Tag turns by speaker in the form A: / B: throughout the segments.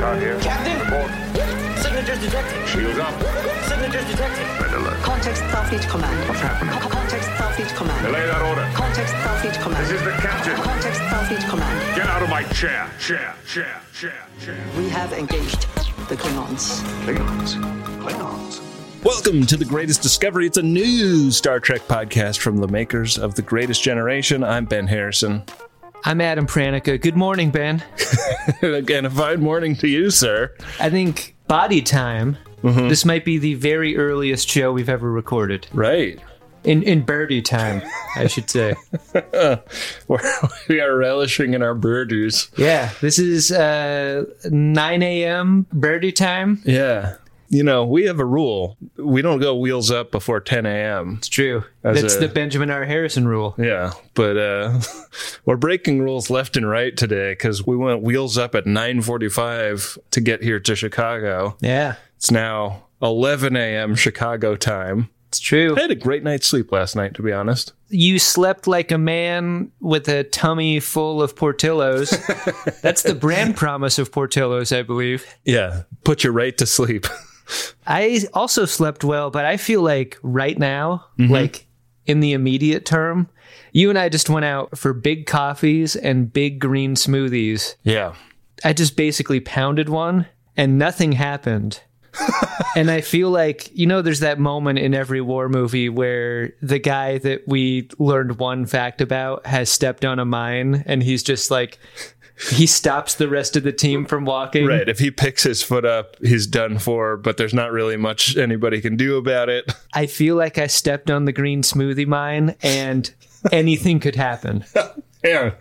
A: Out here.
B: Captain?
A: Report.
B: Signatures detected.
A: Shields up.
B: Signatures detected.
A: Red alert.
C: Context Starfleet Command.
A: What's happening?
C: Co- Context Starfleet Command.
A: Delay that order.
C: Context Starfleet Command.
A: This is the captain.
C: Context Starfleet Command.
A: Get out of my chair. Chair, chair, chair, chair.
C: We have engaged the Klingons.
A: Klingons. Klingons.
D: Welcome to The Greatest Discovery. It's a new Star Trek podcast from the makers of The Greatest Generation. I'm Ben Harrison.
E: I'm Adam Pranica. Good morning, Ben.
D: Again, a fine morning to you, sir.
E: I think Body Time. This might be the very earliest show we've ever recorded.
D: Right.
E: In in birdie time, I should say.
D: We're, we are relishing in our birdies.
E: Yeah, this is uh, 9 a.m. birdie time.
D: Yeah. You know, we have a rule. We don't go wheels up before 10 a.m.
E: It's true.
D: As
E: That's
D: a-
E: the Benjamin R. Harrison rule.
D: Yeah, but uh, we're breaking rules left and right today because we went wheels up at 9:45 to get here to Chicago.
E: Yeah,
D: It's now 11 a.m. Chicago time.
E: it's true.
D: I had a great night's sleep last night, to be honest.
E: You slept like a man with a tummy full of Portillos. That's the brand promise of Portillos, I believe.
D: Yeah, put you right to sleep.
E: I also slept well, but I feel like right now, like in the immediate term, you and I just went out for big coffees and big green smoothies.
D: Yeah.
E: I just basically pounded one and nothing happened. and I feel like, you know, there's that moment in every war movie where the guy that we learned one fact about has stepped on a mine and he's just like, he stops the rest of the team from walking.
D: Right. If he picks his foot up, he's done for, but there's not really much anybody can do about it.
E: I feel like I stepped on the green smoothie mine and anything could happen.
D: Yeah.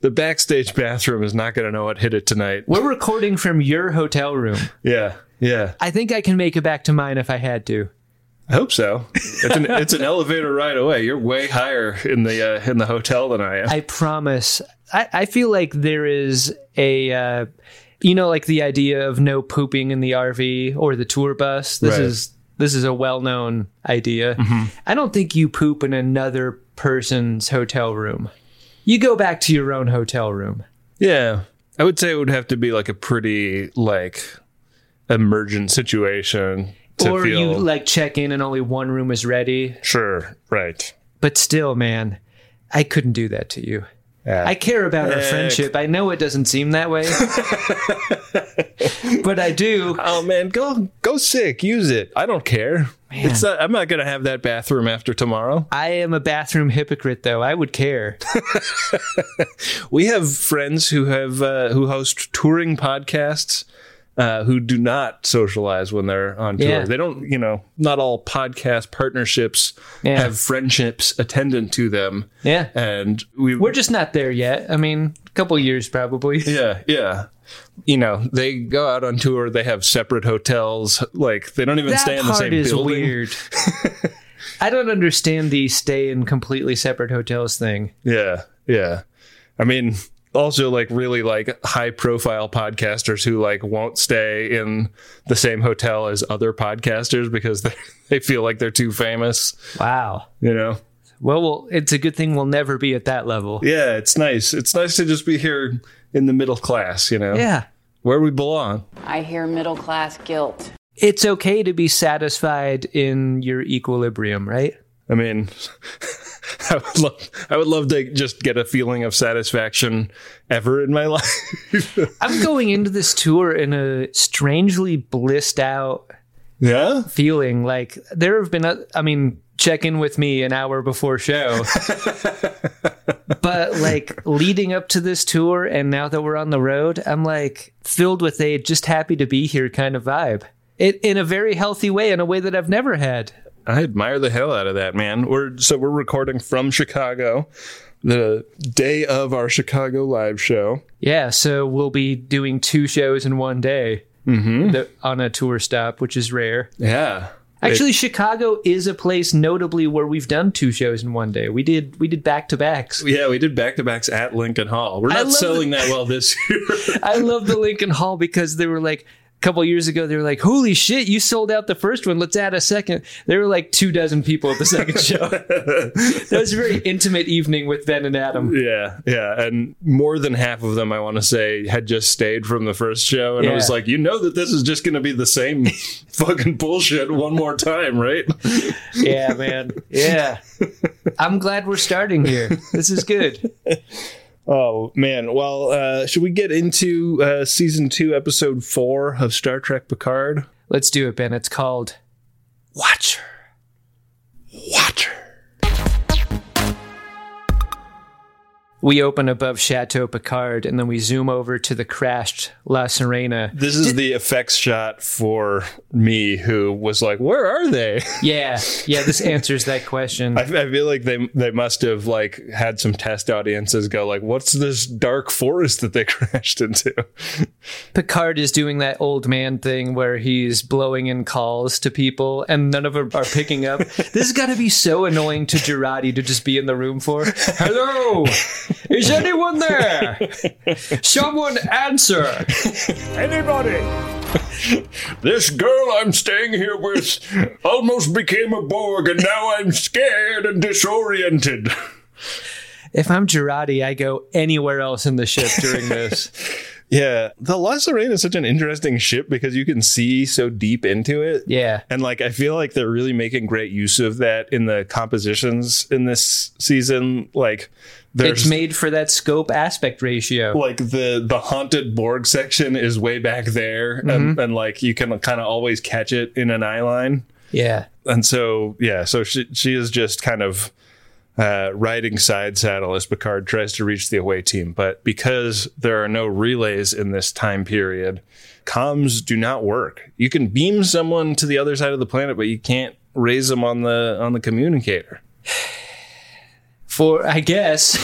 D: The backstage bathroom is not going to know what hit it tonight.
E: We're recording from your hotel room.
D: Yeah. Yeah.
E: I think I can make it back to mine if I had to.
D: I hope so. It's an, it's an elevator right away. You're way higher in the uh, in the hotel than I am.
E: I promise. I, I feel like there is a, uh, you know, like the idea of no pooping in the RV or the tour bus. This
D: Right. Mm-hmm.
E: is this is a well-known idea. I don't think you poop in another person's hotel room. You go back to your own hotel room.
D: yeah. I would say it would have to be like a pretty like emergent situation to
E: or
D: feel
E: you like check in and only one room is ready.
D: sure, right.
E: But still, man, I couldn't do that to you. I care about our
D: Heck.
E: friendship. I know it doesn't seem that way, but I do.
D: Oh man, go go sick. Use it. I don't care. It's not, I'm not gonna have that bathroom after tomorrow.
E: I am a bathroom hypocrite, though. I would care.
D: We have friends who have uh, who host touring podcasts uh, who do not socialize when they're on tour.
E: Yeah.
D: They don't, you know, not all podcast partnerships
E: Yeah.
D: have friendships attendant to them.
E: Yeah.
D: and we
E: We're just not there yet. I mean, a couple years probably.
D: Yeah, yeah. You know, they go out on tour. They have separate hotels. Like they don't even
E: That
D: stay in the
E: part
D: same
E: is
D: building.
E: weird. I don't understand the stay in completely separate hotels thing.
D: Yeah, yeah. I mean, also like really like high profile podcasters who like won't stay in the same hotel as other podcasters because they, they feel like they're too famous.
E: Wow.
D: You know.
E: Well, well, it's a good thing we'll never be at that level.
D: Yeah, it's nice. It's nice to just be here in the middle class. You know,
E: Yeah.
D: where we belong.
F: I hear middle class guilt.
E: it's okay to be satisfied in your equilibrium, right?
D: I mean, I would love, I would love to just get a feeling of satisfaction ever in my life.
E: I'm going into this tour in a strangely blissed out
D: yeah,
E: feeling. Like there have been, oth- I mean, check in with me an hour before show. but like leading up to this tour and now that we're on the road, I'm like filled with a just happy to be here kind of vibe. It in a very healthy way, in a way that I've never had.
D: I admire the hell out of that, man. We're so we're recording from Chicago, the day of our Chicago live show.
E: Yeah, so we'll be doing two shows in one day th- on a tour stop, which is rare.
D: Yeah,
E: Actually, Chicago is a place notably where we've done two shows in one day. We did we did back to backs.
D: yeah, we did back to backs at Lincoln Hall. We're
E: I
D: not
E: love
D: selling that well this year.
E: I love the Lincoln Hall because they were like, couple years ago, they were like, "Holy shit, you sold out the first one. Let's add a second. There were like two dozen people at the second show. that was a very intimate evening with Ben and Adam.
D: Yeah, yeah, and more than half of them, I want to say, had just stayed from the first show, and I was
E: Yeah.
D: like, you know that this is just going to be the same fucking bullshit one more time, right?
E: Yeah, man. Yeah, I'm glad we're starting here. This is good.
D: Oh man, well, uh, should we get into uh, season two, episode four of Star Trek Picard?
E: Let's do it, Ben. It's called Watcher.
D: Watcher.
E: We open above Chateau Picard and then we zoom over to the crashed La Serena.
D: This is the effects shot for me, who was like, "Where are they?"
E: Yeah, yeah, this answers that question.
D: I, I feel like they they must have like had some test audiences go like, "What's this dark forest that they crashed into?"
E: Picard is doing that old man thing where he's blowing in calls to people and none of them are picking up. this has got to be so annoying to Girardi to just be in the room for. Hello! Is anyone there? Someone answer!
A: Anybody?
D: This girl I'm staying here with almost became a Borg, and now I'm scared and disoriented.
E: If I'm Girardi, I go anywhere else in the ship during this.
D: Yeah, the La Serena is such an interesting ship because you can see so deep into it.
E: Yeah.
D: And like I feel like they're really making great use of that in the compositions in this season. Like there's
E: It's made for that scope aspect ratio.
D: like the the haunted Borg section is way back there, and, and like you can kind of always catch it in an eye line.
E: Yeah.
D: And so yeah, so she she is just kind of uh, riding side saddle as Picard tries to reach the away team, but because there are no relays in this time period, comms do not work. You can beam someone to the other side of the planet, but you can't raise them on the on the communicator.
E: for I guess.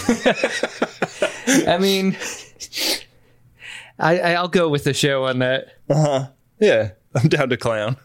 E: I mean, I I- I'll go with the show on that.
D: Yeah, I'm down to clown.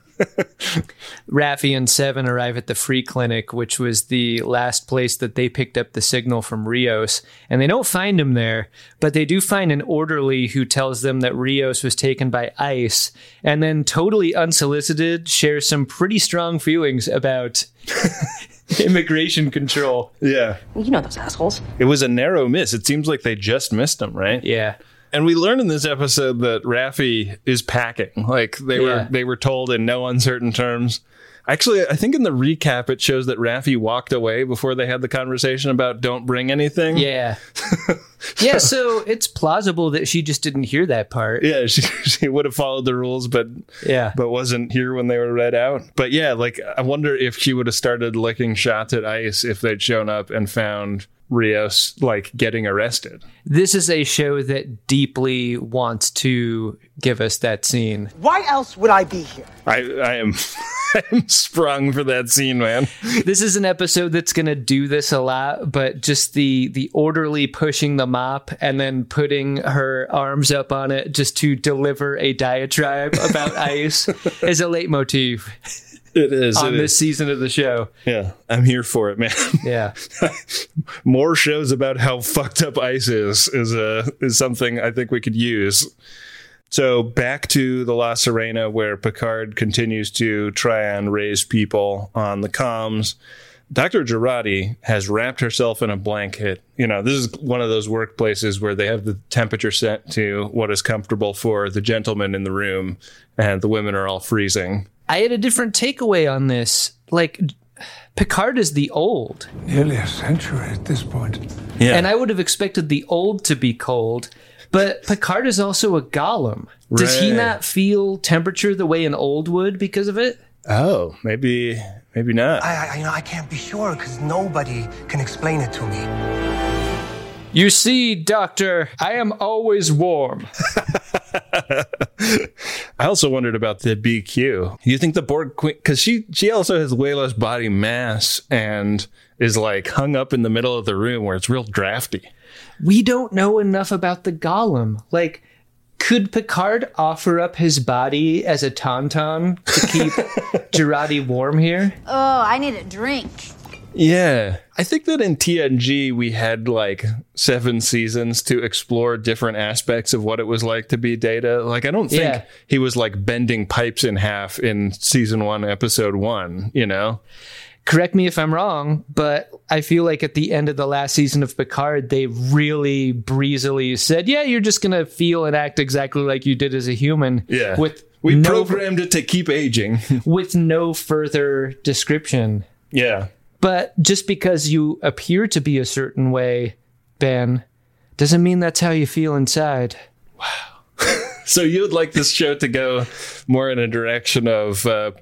E: Raffi and Seven arrive at the free clinic, which was the last place that they picked up the signal from Rios, and they don't find him there, but they do find an orderly who tells them that Rios was taken by ICE, and then totally unsolicited shares some pretty strong feelings about immigration control.
D: Yeah.
C: You know those assholes.
D: It was a narrow miss. It seems like they just missed him, right?
E: Yeah.
D: And we learned in this episode that Raffi is packing. Like they were
E: Yeah.
D: they were told in no uncertain terms. Actually, I think in the recap it shows that Raffi walked away before they had the conversation about don't bring anything.
E: Yeah. yeah, so it's plausible that she just didn't hear that part.
D: Yeah, she, she would have followed the rules, but
E: Yeah.
D: but wasn't here when they were read out. But yeah, like I wonder if she would have started licking shots at ICE if they'd shown up and found Rios like getting arrested.
E: This is a show that deeply wants to give us that scene.
B: Why else would I be here?
D: I I am I'm sprung for that scene, man.
E: This is an episode that's going to do this a lot, but just the the orderly pushing the mop and then putting her arms up on it just to deliver a diatribe about ice is a leitmotif
D: It is
E: on this season of the show.
D: Yeah, I'm here for it, man.
E: Yeah.
D: More shows about how fucked up ICE is is a is something I think we could use. So back to the La Serena, where Picard continues to try and raise people on the comms. Dr. Girardi has wrapped herself in a blanket. You know, this is one of those workplaces where they have the temperature set to what is comfortable for the gentlemen in the room, and the women are all freezing.
E: I had a different takeaway on this. Like Picard is the old.
G: Nearly a century at this point.
D: Yeah.
E: And I would have expected the old to be cold, but Picard is also a golem. Does he
D: Right.
E: not feel temperature the way an old would because of it?
D: oh, maybe maybe not.
G: I, I, you know, I can't be sure because nobody can explain it to me.
E: You see, Doctor, I am always warm.
D: I also wondered about the BQ. You think the Borg queen, because she she also has way less body mass and is like hung up in the middle of the room where it's real drafty.
E: We don't know enough about the golem. Like, could Picard offer up his body as a tauntaun to keep Girardi warm here?
H: Oh, I need a drink.
A: Yeah. I think that in TNG, we had like seven seasons to explore different aspects of what it was like to be Data. Like, I don't think
E: Yeah.
A: he was like bending pipes in half in season one, episode one, you know?
E: correct me if I'm wrong, but I feel like at the end of the last season of Picard, they really breezily said, "Yeah, you're just gonna feel and act exactly like you did as a human."
A: Yeah.
E: with
A: we
E: no,
A: programmed it to keep aging.
E: with no further description.
A: yeah.
E: But just because you appear to be a certain way, Ben, doesn't mean that's how you feel inside.
A: So you'd like this show to go more in a direction of uh,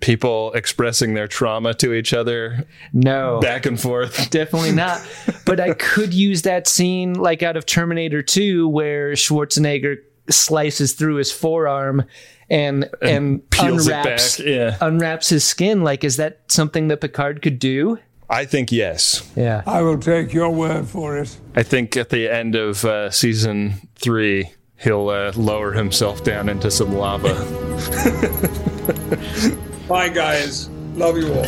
A: people expressing their trauma to each other
E: No.
A: back and forth.
E: definitely not. but I could use that scene like out of Terminator 2 where Schwarzenegger slices through his forearm and and,
A: peels it
E: unwraps
A: back, yeah.
E: unwraps his skin like is that something that Picard could do? Uh,
A: I think yes.
E: Yeah.
G: I will take your word for it.
A: I think at the end of uh, season three, he'll uh, lower himself down into some lava.
G: Bye, guys. Love you all.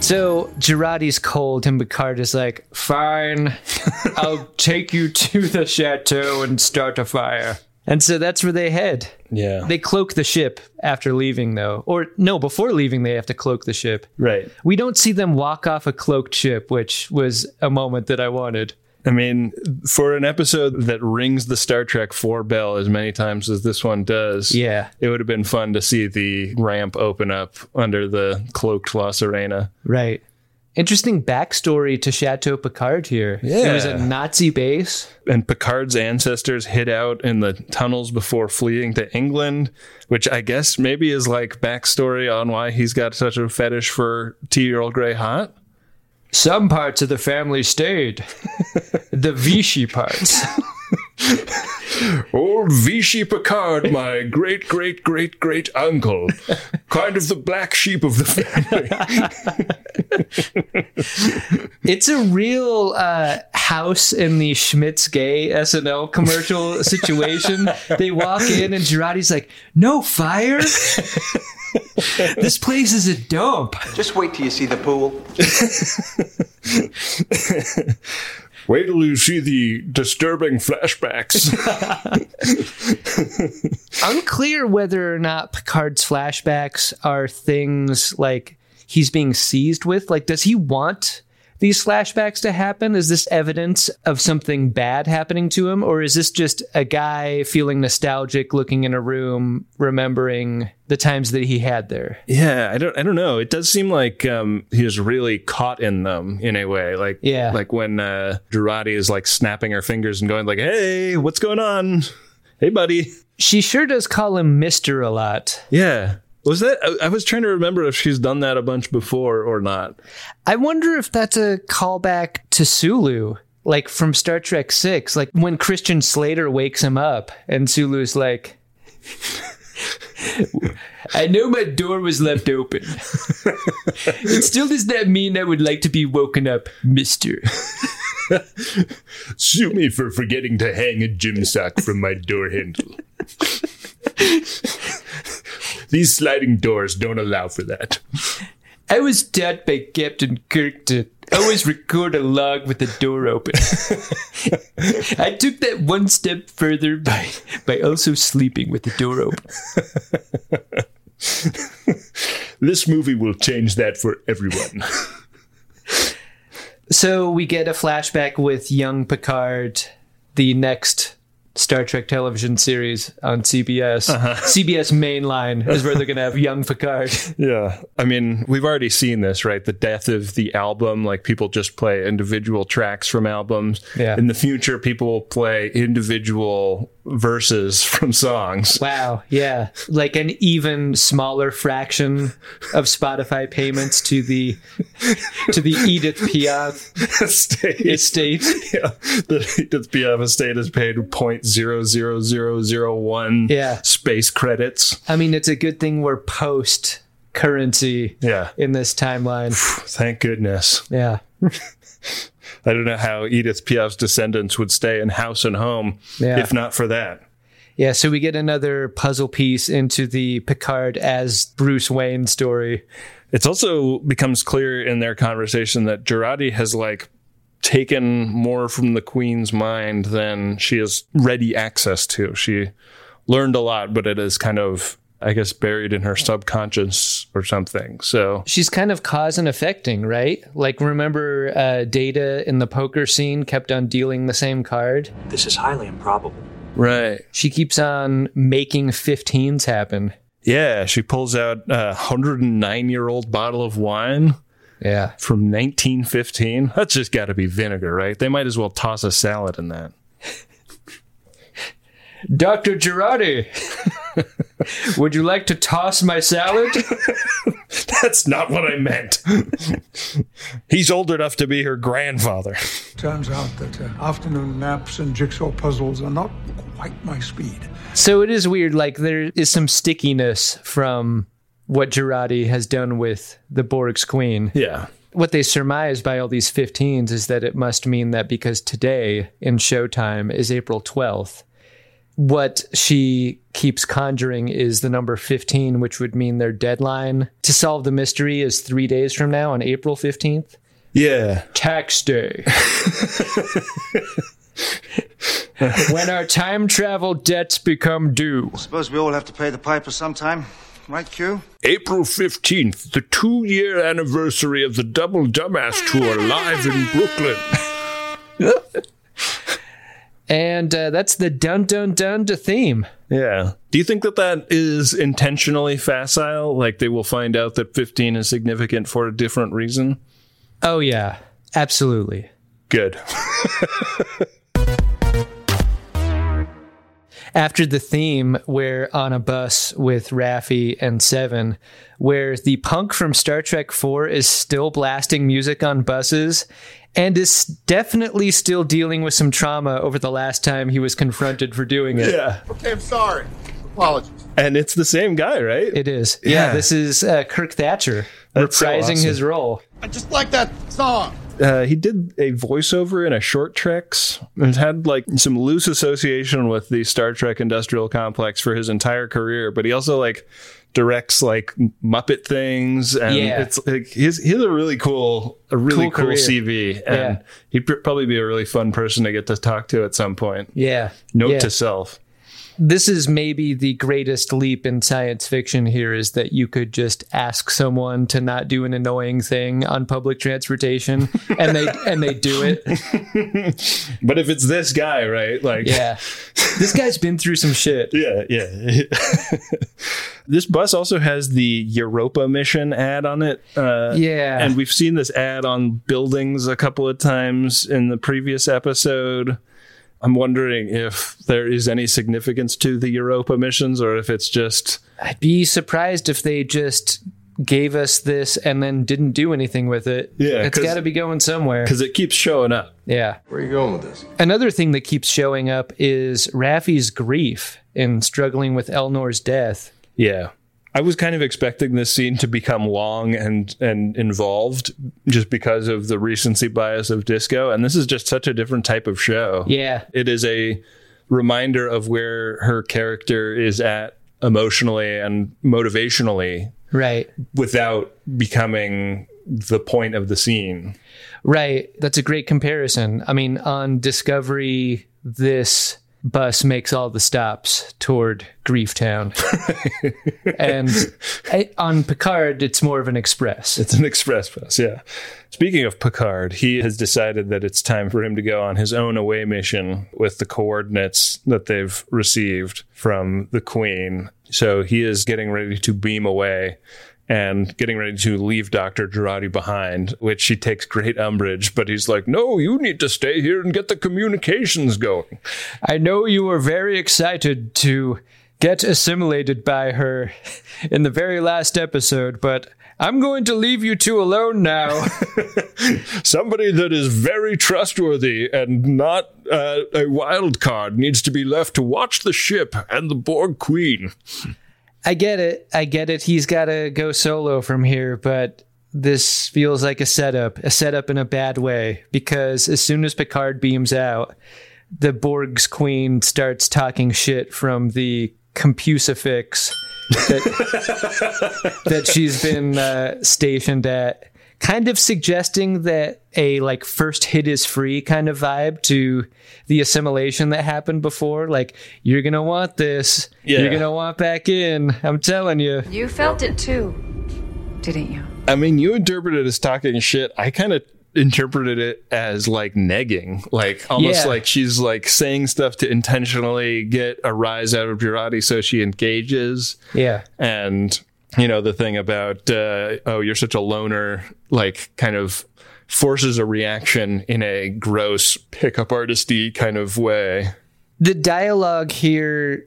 E: So Girardi's cold and Picard is like, "Fine. I'll take you to the chateau and start a fire." And so that's where they head.
A: yeah.
E: They cloak the ship after leaving though. Or no, before leaving they have to cloak the ship.
A: right.
E: We don't see them walk off a cloaked ship, which was a moment that I wanted.
A: I mean, for an episode that rings the Star Trek 4 bell as many times as this one does,
E: Yeah.
A: it would have been fun to see the ramp open up under the cloaked La Serena.
E: Right. Interesting backstory to Chateau Picard here. It was a
A: Yeah.
E: Nazi base.
A: and Picard's ancestors hid out in the tunnels before fleeing to England, which I guess maybe is like backstory on why he's got such a fetish for tea Earl Grey hot.
E: Some parts of the family stayed. the Vichy parts.
A: Old Vichy Picard, my great great great great uncle, kind of the black sheep of the family.
E: It's a real uh, house in the Schmitz gay SNL commercial situation. They walk in and Girardi's like, no fire? this place is a dump.
I: Just wait till you see the pool.
A: Wait till you see the disturbing flashbacks.
E: unclear whether or not Picard's flashbacks are things like he's being seized with. Like, does he want these flashbacks to happen? Is this evidence of something bad happening to him? Or is this just a guy feeling nostalgic, looking in a room, remembering the times that he had there?
A: yeah, I don't I don't know. It does seem like um he was really caught in them in a way. Like
E: Yeah.
A: like when uh Jurati is like snapping her fingers and going like, "Hey, what's going on?" Hey, buddy.
E: She sure does call him Mister a lot.
A: Yeah. Was that I- I was trying to remember if she's done that a bunch before or not.
E: I wonder if that's a callback to Sulu, like from Star Trek Six, like when Christian Slater wakes him up and Sulu's like, "I know my door was left open. it still does not mean I would like to be woken up, Mister."
A: Sue me for forgetting to hang a gym sock from my door handle. These sliding doors don't allow for that.
E: I was taught by Captain Kirk to always record a log with the door open. I took that one step further by by also sleeping with the door open.
A: This movie will change that for everyone.
E: So we get a flashback with young Picard, the next Star Trek television series on CBS. CBS mainline is where they're going to have young Picard.
A: yeah. I mean, we've already seen this, right? The death of the album, like people just play individual tracks from albums.
E: Yeah.
A: In the future, people will play individual verses from songs.
E: Wow, yeah. Like an even smaller fraction of Spotify payments to the to the Edith Piaf
A: Stay-
E: estate.
A: yeah, the, the Piaf estate is paid point zero zero zero zero one
E: Yeah.
A: space credits.
E: I mean, it's a good thing we're post currency
A: Yeah,
E: in this timeline.
A: thank goodness.
E: Yeah.
A: I don't know how Edith Piaf's descendants would stay in house and home
E: Yeah.
A: if not for that.
E: Yeah, so we get another puzzle piece into the Picard as Bruce Wayne story.
A: It's also becomes clear in their conversation that Girardi has like taken more from the queen's mind than she has ready access to. She learned a lot, but it is kind of I guess buried in her subconscious or something. So
E: she's kind of cause and affecting, right? Like, remember uh, Data in the poker scene kept on dealing the same card?
J: This is highly improbable.
A: right,
E: She keeps on making 15s happen.
A: yeah, she pulls out a hundred and nine year old bottle of wine.
E: Yeah.
A: from 1915. That's just got to be vinegar, right? They might as well toss a salad in that.
E: Dr. Girardi, would you like to toss my salad?
A: That's not what I meant. He's old enough to be her grandfather.
G: Turns out that uh, afternoon naps and jigsaw puzzles are not quite my speed.
E: so it is weird. Like, there is some stickiness from what Girardi has done with the Borg's Queen.
A: Yeah.
E: what they surmise by all these 15s is that it must mean that because today in Showtime is April 12th, what she keeps conjuring is the number 15, which would mean their deadline to solve the mystery is three days from now on April 15th.
A: Yeah.
E: Tax day. when our time travel debts become due.
I: Suppose we all have to pay the piper sometime, right, Q?
A: April 15th, the two year anniversary of the Double Dumbass Tour live in Brooklyn.
E: And uh, that's the dun dun dun to theme.
A: Yeah. Do you think that that is intentionally facile? Like they will find out that 15 is significant for a different reason?
E: Oh, yeah, absolutely.
A: Good.
E: after the theme we're on a bus with Raffi and Seven, where the punk from Star Trek 4 is still blasting music on buses and is definitely still dealing with some trauma over the last time he was confronted for doing it.
A: yeah.
K: I'm sorry. Apologies.
A: And it's the same guy, right?
E: It is. Yeah,
A: Yeah.
E: this is uh, Kirk Thatcher
A: That's so
E: reprising
A: awesome.
E: his role.
K: I just like that song.
A: uh, he did a voiceover in a short treks and had like some loose association with the Star Trek industrial complex for his entire career, but he also like directs like Muppet things and
E: Yeah.
A: it's like he's he's a really cool a really
E: Cool
A: cool,
E: career.
A: CV and
E: Yeah.
A: he'd pr- probably be a really fun person to get to talk to at some point.
E: Yeah.
A: Note
E: yeah.
A: to self.
E: this is maybe the greatest leap in science fiction here is that you could just ask someone to not do an annoying thing on public transportation and they and they do it.
A: But if it's this guy, right? Like
E: Yeah. This guy's been through some shit.
A: Yeah, yeah. this bus also has the Europa mission ad on it. Uh,
E: Yeah.
A: And we've seen this ad on buildings a couple of times in the previous episode. I'm wondering if there is any significance to the Europa missions or if it's just.
E: I'd be surprised if they just gave us this and then didn't do anything with it.
A: Yeah,
E: It's
A: 'cause-
E: got to be going somewhere.
A: Because it keeps showing up.
E: Yeah.
K: Where are you going with this?
E: Another thing that keeps showing up is Raffi's grief in struggling with Elnor's death.
A: Yeah. I was kind of expecting this scene to become long and and involved just because of the recency bias of disco and this is just such a different type of show.
E: Yeah.
A: it is a reminder of where her character is at emotionally and motivationally
E: Right.
A: without becoming the point of the scene.
E: Right. That's a great comparison. I mean, on Discovery, this bus makes all the stops toward Grieftown. and I, on Picard, it's more of an express.
A: It's an express bus, yeah. Speaking of Picard, he has decided that it's time for him to go on his own away mission with the coordinates that they've received from the Queen. So he is getting ready to beam away and getting ready to leave Dr. Girardi behind, which she takes great umbrage, but he's like, No, you need to stay here and get the communications going.
E: I know you were very excited to get assimilated by her in the very last episode, but I'm going to leave you two alone now.
A: Somebody that is very trustworthy and not uh, a wild card needs to be left to watch the ship and the Borg Queen.
E: I get it. I get it. He's got to go solo from here, but this feels like a setup, a setup in a bad way, because as soon as Picard beams out, the Borg's queen starts talking shit from the compusifix that, that she's been uh, stationed at, kind of suggesting that a like first hit is free kind of vibe to the assimilation that happened before. Like you're gonna want this,
A: Yeah.
E: you're gonna want back in. I'm telling you.
F: You felt it too, didn't you?
A: I mean, you interpreted it as talking shit. I kind of interpreted it as like negging, like almost
E: Yeah.
A: like she's like saying stuff to intentionally get a rise out of Girardi so she engages.
E: Yeah,
A: And, you know, the thing about, uh, oh, you're such a loner, like kind of forces a reaction in a gross pickup artisty kind of way.
E: the dialogue here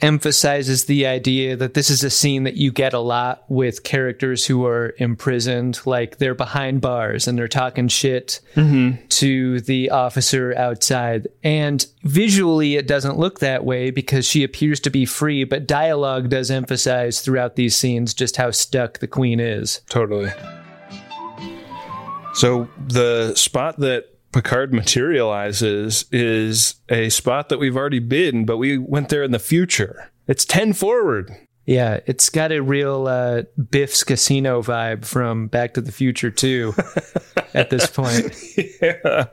E: emphasizes the idea that this is a scene that you get a lot with characters who are imprisoned like they're behind bars and they're talking shit to the officer outside and visually it doesn't look that way because she appears to be free but dialogue does emphasize throughout these scenes just how stuck the queen is
A: Totally. So the spot that Picard materializes is a spot that we've already been, but we went there in the future. It's 10 forward.
E: yeah it's got a real uh, biff's casino vibe from back to the future too at this point
A: yeah.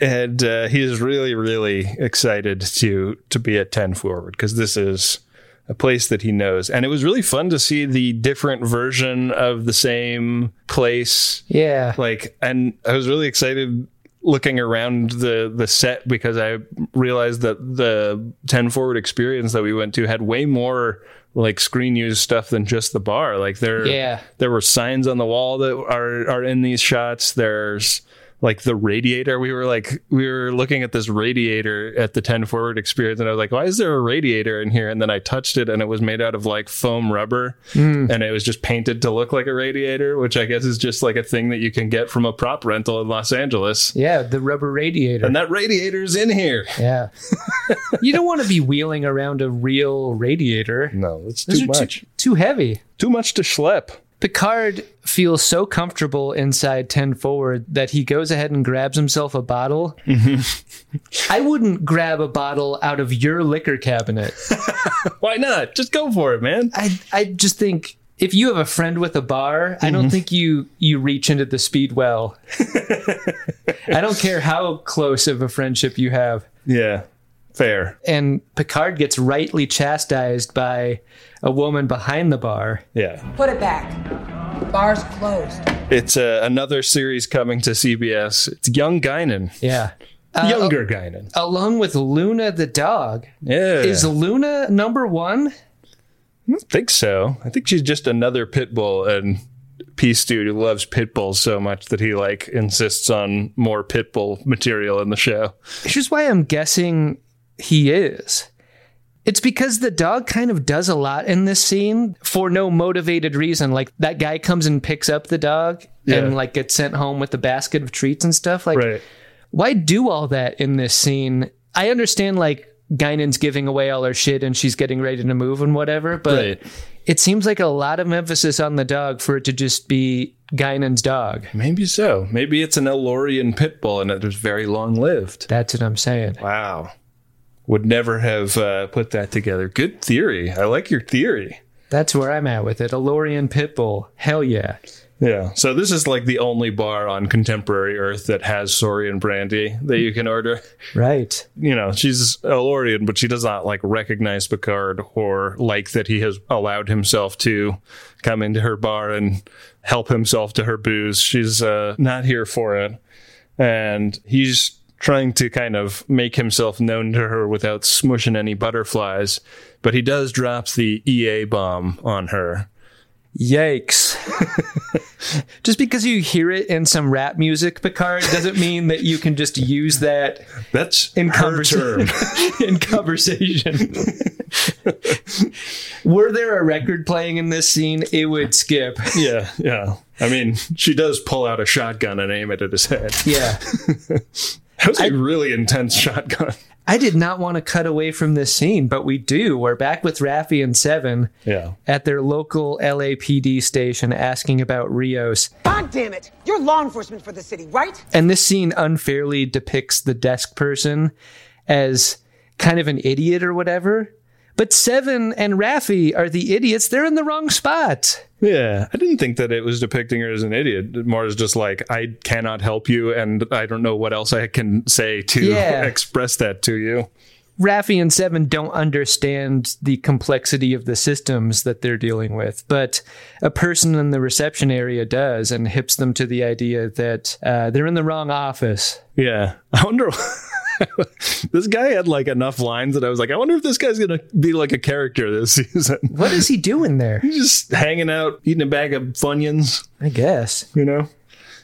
A: And uh, he is really, really excited to to be at 10 forward because this is a place that he knows. And it was really fun to see the different version of the same place
E: yeah
A: like and i was really excited looking around the the set because i realized that the 10 forward experience that we went to had way more like screen use stuff than just the bar like there
E: Yeah.
A: there were signs on the wall that are are in these shots there's like the radiator we were like we were looking at this radiator at the 10 forward experience and i was like why is there a radiator in here and then i touched it and it was made out of like foam rubber and it was just painted to look like a radiator which i guess is just like a thing that you can get from a prop rental in los angeles
E: Yeah, the rubber radiator.
A: and that radiator's in here
E: yeah. you don't want to be wheeling around a real radiator.
A: no it's
E: Those
A: too
E: are
A: much
E: Too, too heavy.
A: too much to schlep
E: Picard feels so comfortable inside 10 forward that he goes ahead and grabs himself a bottle.
A: Mm-hmm.
E: I wouldn't grab a bottle out of your liquor cabinet.
A: why not just go for it man
E: I I just think if you have a friend with a bar, I
A: Mm-hmm.
E: don't think you you reach into the speed well. I don't care how close of a friendship you have.
A: yeah fair
E: and Picard gets rightly chastised by a woman behind the bar.
A: yeah
L: Put it back. Bar's closed.
A: it's uh, another series coming to cbs it's young guinan
E: Yeah.
A: younger guinan
E: Along with Luna the dog.
A: yeah
E: Is Luna number one?
A: think so. I think she's just another pit bull and Peace Dude who loves pit bulls so much that he like insists on more pit bull material in the show.
E: Here's why I'm guessing he is. It's because the dog kind of does a lot in this scene for no motivated reason. Like that guy comes and picks up the dog
A: Yeah.
E: and like gets sent home with a basket of treats and stuff. Like
A: Right.
E: why do all that in this scene? I understand like Guinan's giving away all her shit and she's getting ready to move and whatever, but
A: Right.
E: it seems like a lot of emphasis on the dog for it to just be Guinan's dog.
A: Maybe so. Maybe it's an Elorian pit bull and it was very long lived.
E: That's what I'm saying.
A: Wow. Would never have uh, put that together. Good theory. I like your theory.
E: That's where I'm at with it. A Lorian Pitbull. Hell yeah.
A: Yeah. So this is like the only bar on contemporary Earth that has Saurian brandy that you can order.
E: Right.
A: you know, she's Elorian, but she does not like recognize Picard or like that he has allowed himself to come into her bar and help himself to her booze. She's uh, not here for it. And he's trying to kind of make himself known to her without smushing any butterflies, but he does drop the EA bomb on her.
E: Yikes. just because you hear it in some rap music, Picard, doesn't mean that you can just use that
A: That's
E: in
A: her
E: conversation.
A: term.
E: in conversation. Were there a record playing in this scene, it would skip.
A: yeah, yeah. I mean, she does pull out a shotgun and aim it at his head.
E: Yeah.
A: That was a really intense shotgun.
E: I did not want to cut away from this scene, but we do. We're back with Raffi and Seven
A: Yeah.
E: at their local LAPD station asking about Rios.
L: God damn it! You're law enforcement for the city, right?
E: And this scene unfairly depicts the desk person as kind of an idiot or whatever. But Seven and Raffi are the idiots. They're in the wrong spot.
A: Yeah, I didn't think that it was depicting her as an idiot. More as just like I cannot help you, and I don't know what else I can say to
E: Yeah.
A: express that to you.
E: Raffi and Seven don't understand the complexity of the systems that they're dealing with, but a person in the reception area does and hips them to the idea that uh, they're in the wrong office.
A: Yeah, I wonder. this guy had like enough lines that I was like, I wonder if this guy's gonna be like a character this season.
E: What is he doing there?
A: He's just hanging out, eating a bag of funyuns.
E: I guess.
A: You know,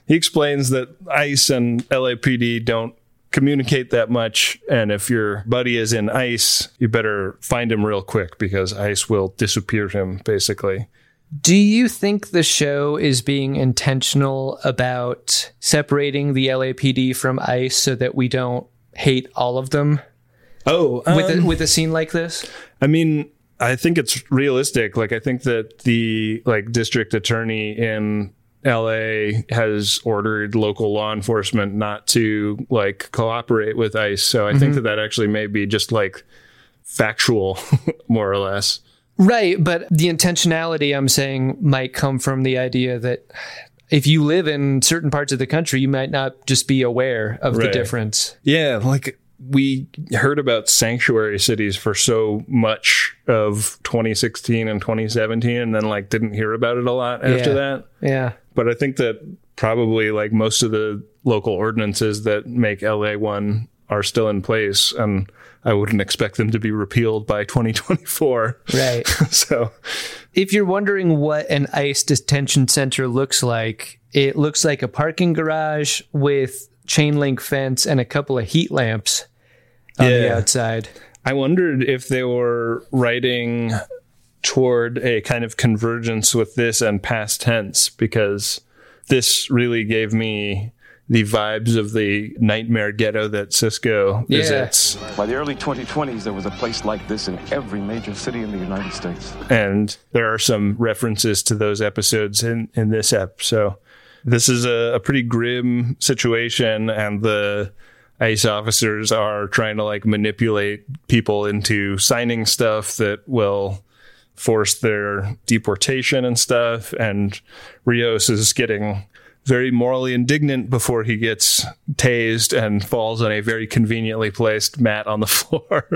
A: he explains that ICE and LAPD don't communicate that much, and if your buddy is in ICE, you better find him real quick because ICE will disappear him basically.
E: Do you think the show is being intentional about separating the LAPD from ICE so that we don't hate all of them
A: Oh,
E: with a, with a scene like this?
A: I mean, I think it's realistic. Like, I think that the like district attorney in L.A. has ordered local law enforcement not to like cooperate with ICE. So I think that that actually may be just like factual, more or less.
E: Right, but the intentionality I'm saying might come from the idea that if you live in certain parts of the country, you might not just be aware of the
A: Right.
E: difference.
A: Yeah, like we heard about sanctuary cities for so much of 2016 and 2017, and then like didn't hear about it a lot after
E: Yeah.
A: that.
E: Yeah.
A: but I think that probably like most of the local ordinances that make LA one are still in place, and I wouldn't expect them to be repealed by 2024.
E: Right.
A: so,
E: if you're wondering what an ICE detention center looks like, it looks like a parking garage with chain link fence and a couple of heat lamps on the
A: Um, Yeah.
E: outside.
A: I wondered if they were writing toward a kind of convergence with this and past tense because this really gave me the vibes of the nightmare ghetto that Cisco
E: Yeah.
A: visits.
M: By the early 2020s, there was a place like this in every major city in the United States.
A: and there are some references to those episodes in in this ep. So this is a, a pretty grim situation, and the ICE officers are trying to like manipulate people into signing stuff that will force their deportation and stuff. And Rios is getting very morally indignant before he gets tased and falls on a very conveniently placed mat on the floor.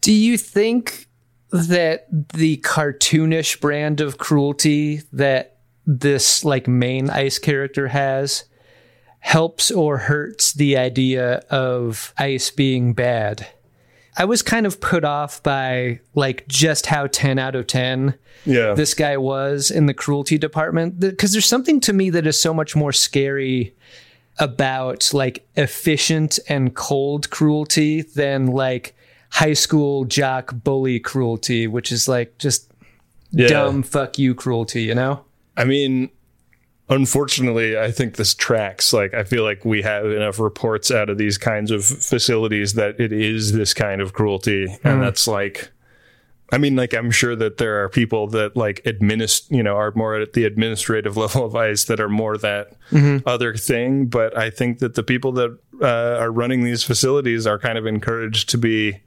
E: Do you think that the cartoonish brand of cruelty that this like main ICE character has helps or hurts the idea of ICE being bad? I was kind of put off by like just how 10 out of 10
A: yeah.
E: this guy was in the cruelty department because there's something to me that is so much more scary about like efficient and cold cruelty than like high school jock bully cruelty which is like just
A: Yeah.
E: dumb fuck you cruelty you know
A: I mean, unfortunately, I think this tracks. Like, I feel like we have enough reports out of these kinds of facilities that it is this kind of cruelty. And that's like, I mean, like, I'm sure that there are people that like administ, you know, are more at the administrative level of ICE that are more that other thing. But I think that the people that uh, are running these facilities are kind of encouraged to be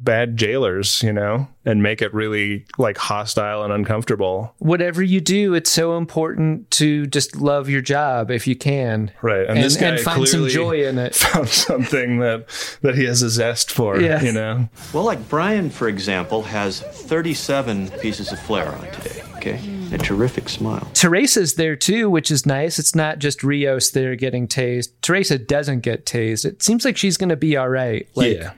A: bad jailers, you know, and make it really like hostile and uncomfortable.
E: whatever you do it's so important to just love your job if you can
A: Right, and, this guy
E: and find some
A: clearly
E: joy in it
A: found something that that he has a zest for.
E: Yeah.
A: You know,
N: Well, like Brian, for example, has 37 pieces of flair on today, okay? A terrific smile.
E: Teresa's there too, which is nice. It's not just Rios there getting tased. Teresa doesn't get tased. It seems like she's going to be all right. Like,
A: Yeah.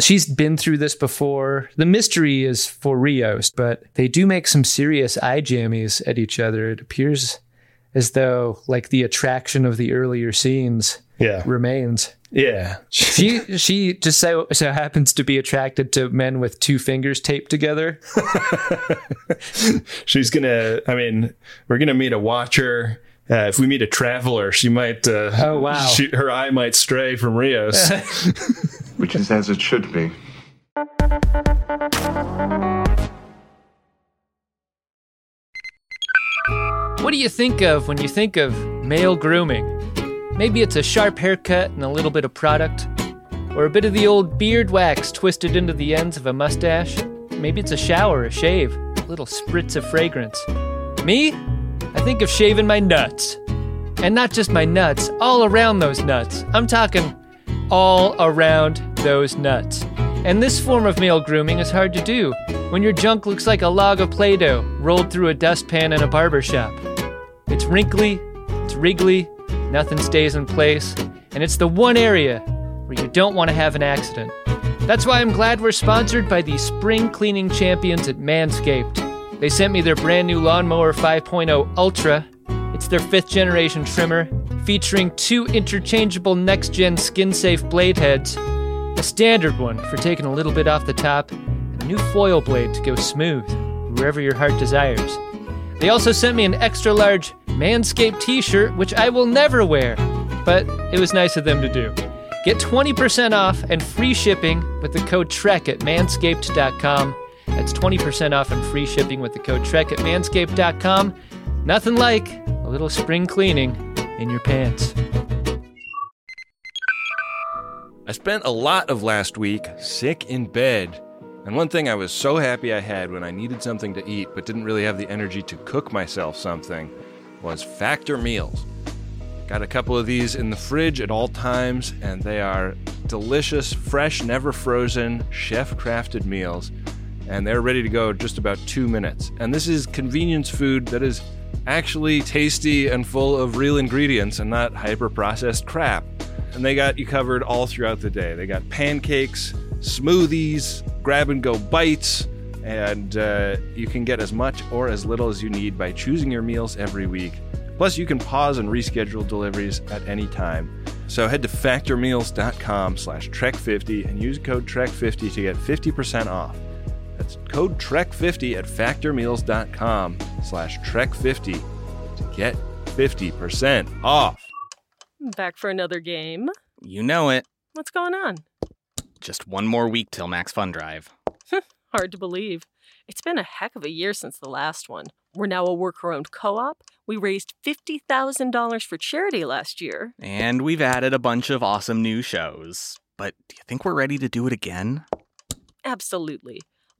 E: She's been through this before. The mystery is for Rios, but they do make some serious eye jammies at each other. It appears as though like the attraction of the earlier scenes
A: Yeah.
E: remains.
A: yeah,
E: She she just so so happens to be attracted to men with two fingers taped together.
A: she's gonna. I mean, we're gonna meet a watcher. Uh, if we meet a traveler, she might. Uh,
E: Oh, wow.
A: she, her eye might stray from Rios.
M: Which is as it should be.
E: What do you think of when you think of male grooming? Maybe it's a sharp haircut and a little bit of product, or a bit of the old beard wax twisted into the ends of a mustache, Maybe it's a shower, a shave, a little spritz of fragrance. Me? I think of shaving my nuts. And not just my nuts, all around those nuts. I'm talking all around those nuts. And this form of male grooming is hard to do when your junk looks like a log of Play Doh rolled through a dustpan in a barber shop. It's wrinkly, it's wriggly, nothing stays in place, and it's the one area where you don't want to have an accident. That's why I'm glad we're sponsored by the spring cleaning champions at Manscaped. They sent me their brand new Lawnmower 5.0 Ultra. It's their fifth generation trimmer, featuring two interchangeable next gen skin safe blade heads, a standard one for taking a little bit off the top, and a new foil blade to go smooth wherever your heart desires. They also sent me an extra large Manscaped t shirt, which I will never wear, but it was nice of them to do. Get 20% off and free shipping with the code TREK at manscaped.com. That's 20% off and free shipping with the code TREK at manscaped.com. Nothing like a little spring cleaning in your pants.
D: I spent a lot of last week sick in bed. And one thing I was so happy I had when I needed something to eat but didn't really have the energy to cook myself something was Factor Meals. Got a couple of these in the fridge at all times, and they are delicious, fresh, never frozen, chef crafted meals. And they're ready to go in just about two minutes. And this is convenience food that is actually tasty and full of real ingredients and not hyper processed crap. And they got you covered all throughout the day. They got pancakes, smoothies, grab and go bites, and uh, you can get as much or as little as you need by choosing your meals every week. Plus, you can pause and reschedule deliveries at any time. So head to factormeals.com slash trek50 and use code trek50 to get 50% off. That's code trek50 at factormeals.com slash trek50 to get 50% off.
C: Back for another game.
O: You know it.
C: What's going on?
O: Just one more week till Max Fun Drive.
C: Hard to believe. It's been a heck of a year since the last one. We're now a worker owned co op. We raised $50,000 for charity last year.
O: And we've added a bunch of awesome new shows. But do you think we're ready to do it again?
C: Absolutely.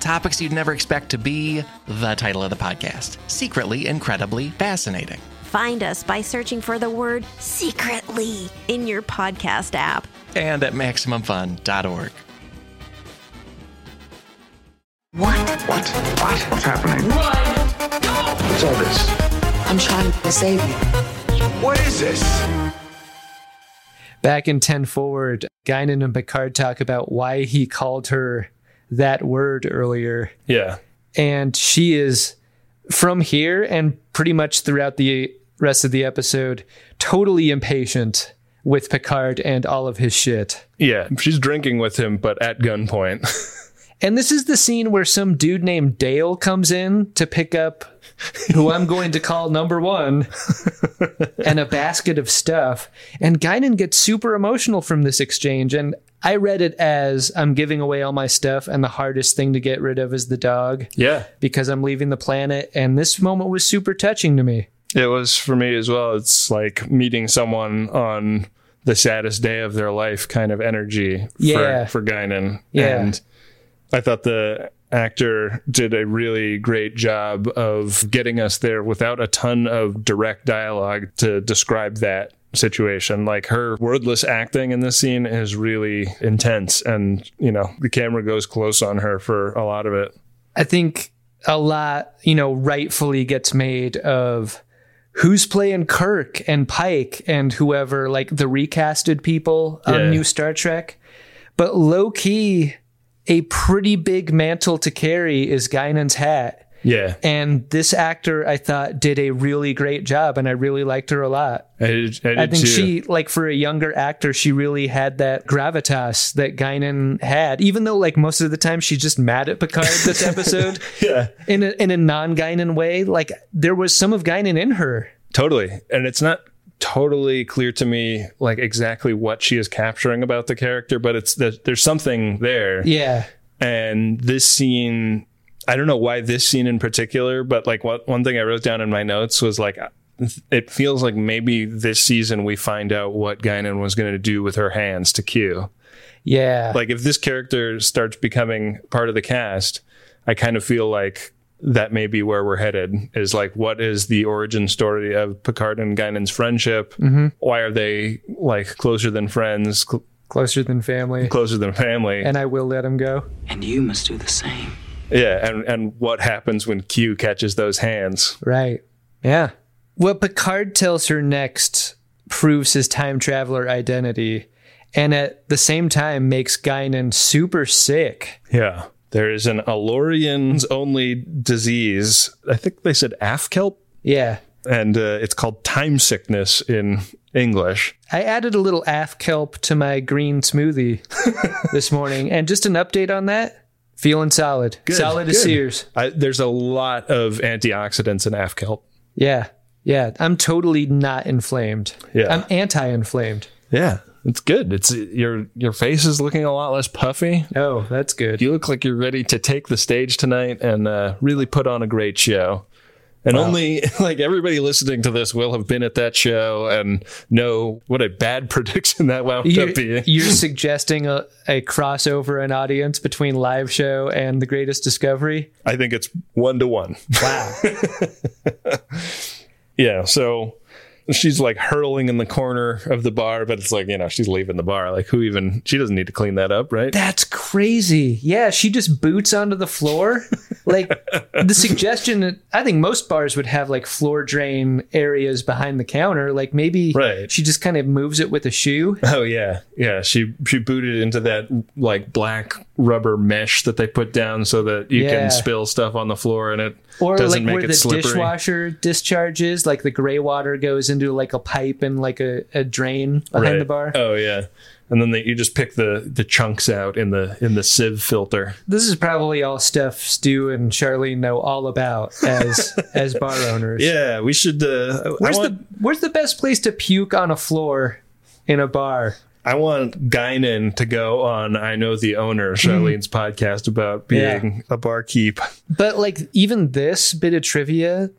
B: topics you'd never expect to be the title of the podcast Secretly Incredibly Fascinating.
P: Find us by searching for the word secretly in your podcast app
B: and at MaximumFun.org.
G: What? What? What? What's happening? Run! Go! What's all this?
Q: I'm trying to save you.
K: What is this?
E: Back in 10 Forward, Guinan and Picard talk about why he called her that word earlier.
A: Yeah.
E: And she is from here and pretty much throughout the rest of the episode totally impatient with Picard and all of his shit.
A: Yeah. She's drinking with him, but at gunpoint.
E: and this is the scene where some dude named Dale comes in to pick up who I'm going to call number one and a basket of stuff. And Guinan gets super emotional from this exchange. And I read it as I'm giving away all my stuff, and the hardest thing to get rid of is the dog.
A: Yeah.
E: Because I'm leaving the planet. And this moment was super touching to me.
A: It was for me as well. It's like meeting someone on the saddest day of their life kind of energy
E: yeah.
A: for, for Guinan.
E: Yeah.
A: And I thought the actor did a really great job of getting us there without a ton of direct dialogue to describe that situation. Like her wordless acting in this scene is really intense, and you know the camera goes close on her for a lot of it.
E: I think a lot, you know, rightfully gets made of who's playing Kirk and Pike and whoever, like the recasted people on
A: Yeah.
E: New Star Trek. But low key, a pretty big mantle to carry is Guinan's hat.
A: Yeah.
E: And this actor, I thought, did a really great job, and I really liked her a lot.
A: I, did, I, did
E: I think
A: too.
E: she, like, for a younger actor, she really had that gravitas that Guinan had, even though, like, most of the time she's just mad at Picard this episode.
A: yeah.
E: In a, in a non Guinan way. Like, there was some of Guinan in her.
A: Totally. And it's not totally clear to me like exactly what she is capturing about the character, but it's that there's something there.
E: Yeah.
A: And this scene, I don't know why this scene in particular, but like what one thing I wrote down in my notes was like it feels like maybe this season we find out what Guinan was going to do with her hands to Q.
E: Yeah.
A: Like if this character starts becoming part of the cast, I kind of feel like that may be where we're headed is like what is the origin story of Picard and Guinan's friendship?
E: Mhm.
A: Why are they like closer than friends, cl-
E: closer than family,
A: closer than family?
E: And I will let him go.
A: and you must do the same. Yeah, and and what happens when Q catches those hands?
E: Right. Yeah. What Picard tells her next proves his time traveler identity and at the same time makes Guinan super sick.
A: Yeah. There is an Alorians only disease. I think they said AFKELP.
E: Yeah.
A: And uh, it's called time sickness in English.
E: I added a little AF kelp to my green smoothie this morning. And just an update on that feeling solid. solid as Sears.
A: I, there's a lot of antioxidants in AFKELP.
E: Yeah. Yeah. I'm totally not inflamed.
A: Yeah.
E: I'm anti inflamed.
A: Yeah, it's good. It's your your face is looking a lot less puffy.
E: Oh, that's good.
A: You look like you're ready to take the stage tonight and uh, really put on a great show. And
E: Wow.
A: only like everybody listening to this will have been at that show and know what a bad prediction that wound
E: You're,
A: up being.
E: you're suggesting a, a crossover in audience between live show and the greatest discovery?
A: I think it's one to one.
E: Wow.
A: Yeah. So she's like hurling in the corner of the bar, but it's like, you know, she's leaving the bar. Like, who even, she doesn't need to clean that up, right?
E: That's crazy. Yeah, she just boots onto the floor. Like the suggestion, I think most bars would have like floor drain areas behind the counter. Like maybe she just kind of moves it with a shoe.
A: Oh yeah, yeah. She she booted into that like black rubber mesh that they put down so that you
E: Yeah.
A: can spill stuff on the floor and it
E: Or
A: doesn't
E: like
A: make
E: where
A: it
E: the
A: slippery.
E: dishwasher discharges, like the gray water goes into like a pipe and like a, a drain behind
A: Right.
E: the bar.
A: Oh yeah, and then they, you just pick the the chunks out in the in the sieve filter.
E: This is probably all stuff Stu and Charlene know all about as as bar owners.
A: Yeah, we should. Uh,
E: Where's
A: I want,
E: the where's the best place to puke on a floor in a bar?
A: I want Guinan to go on. I know the owner Charlene's podcast about being a barkeep.
E: But like even this bit of trivia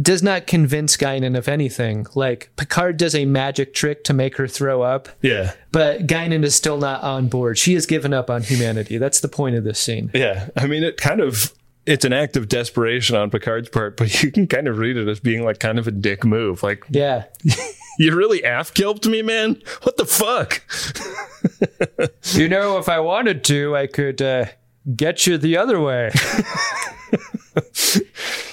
E: does not convince Guinan of anything. Like Picard does a magic trick to make her throw up,
A: Yeah,
E: but Guinan is still not on board. She has given up on humanity. That's the point of this scene.
A: Yeah, I mean, it kind of it's an act of desperation on Picard's part, but you can kind of read it as being like kind of a dick move. Like,
E: Yeah.
A: you really af kelped me, man. What the fuck?
E: you know, if I wanted to, I could uh, get you the other way.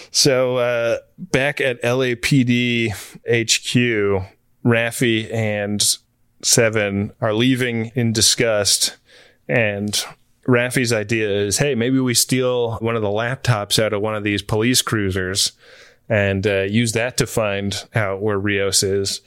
A: So uh, back at LAPD HQ, Raffi and Seven are leaving in disgust, and Raffi's idea is, hey, maybe we steal one of the laptops out of one of these police cruisers and uh, use that to find out where Rios is.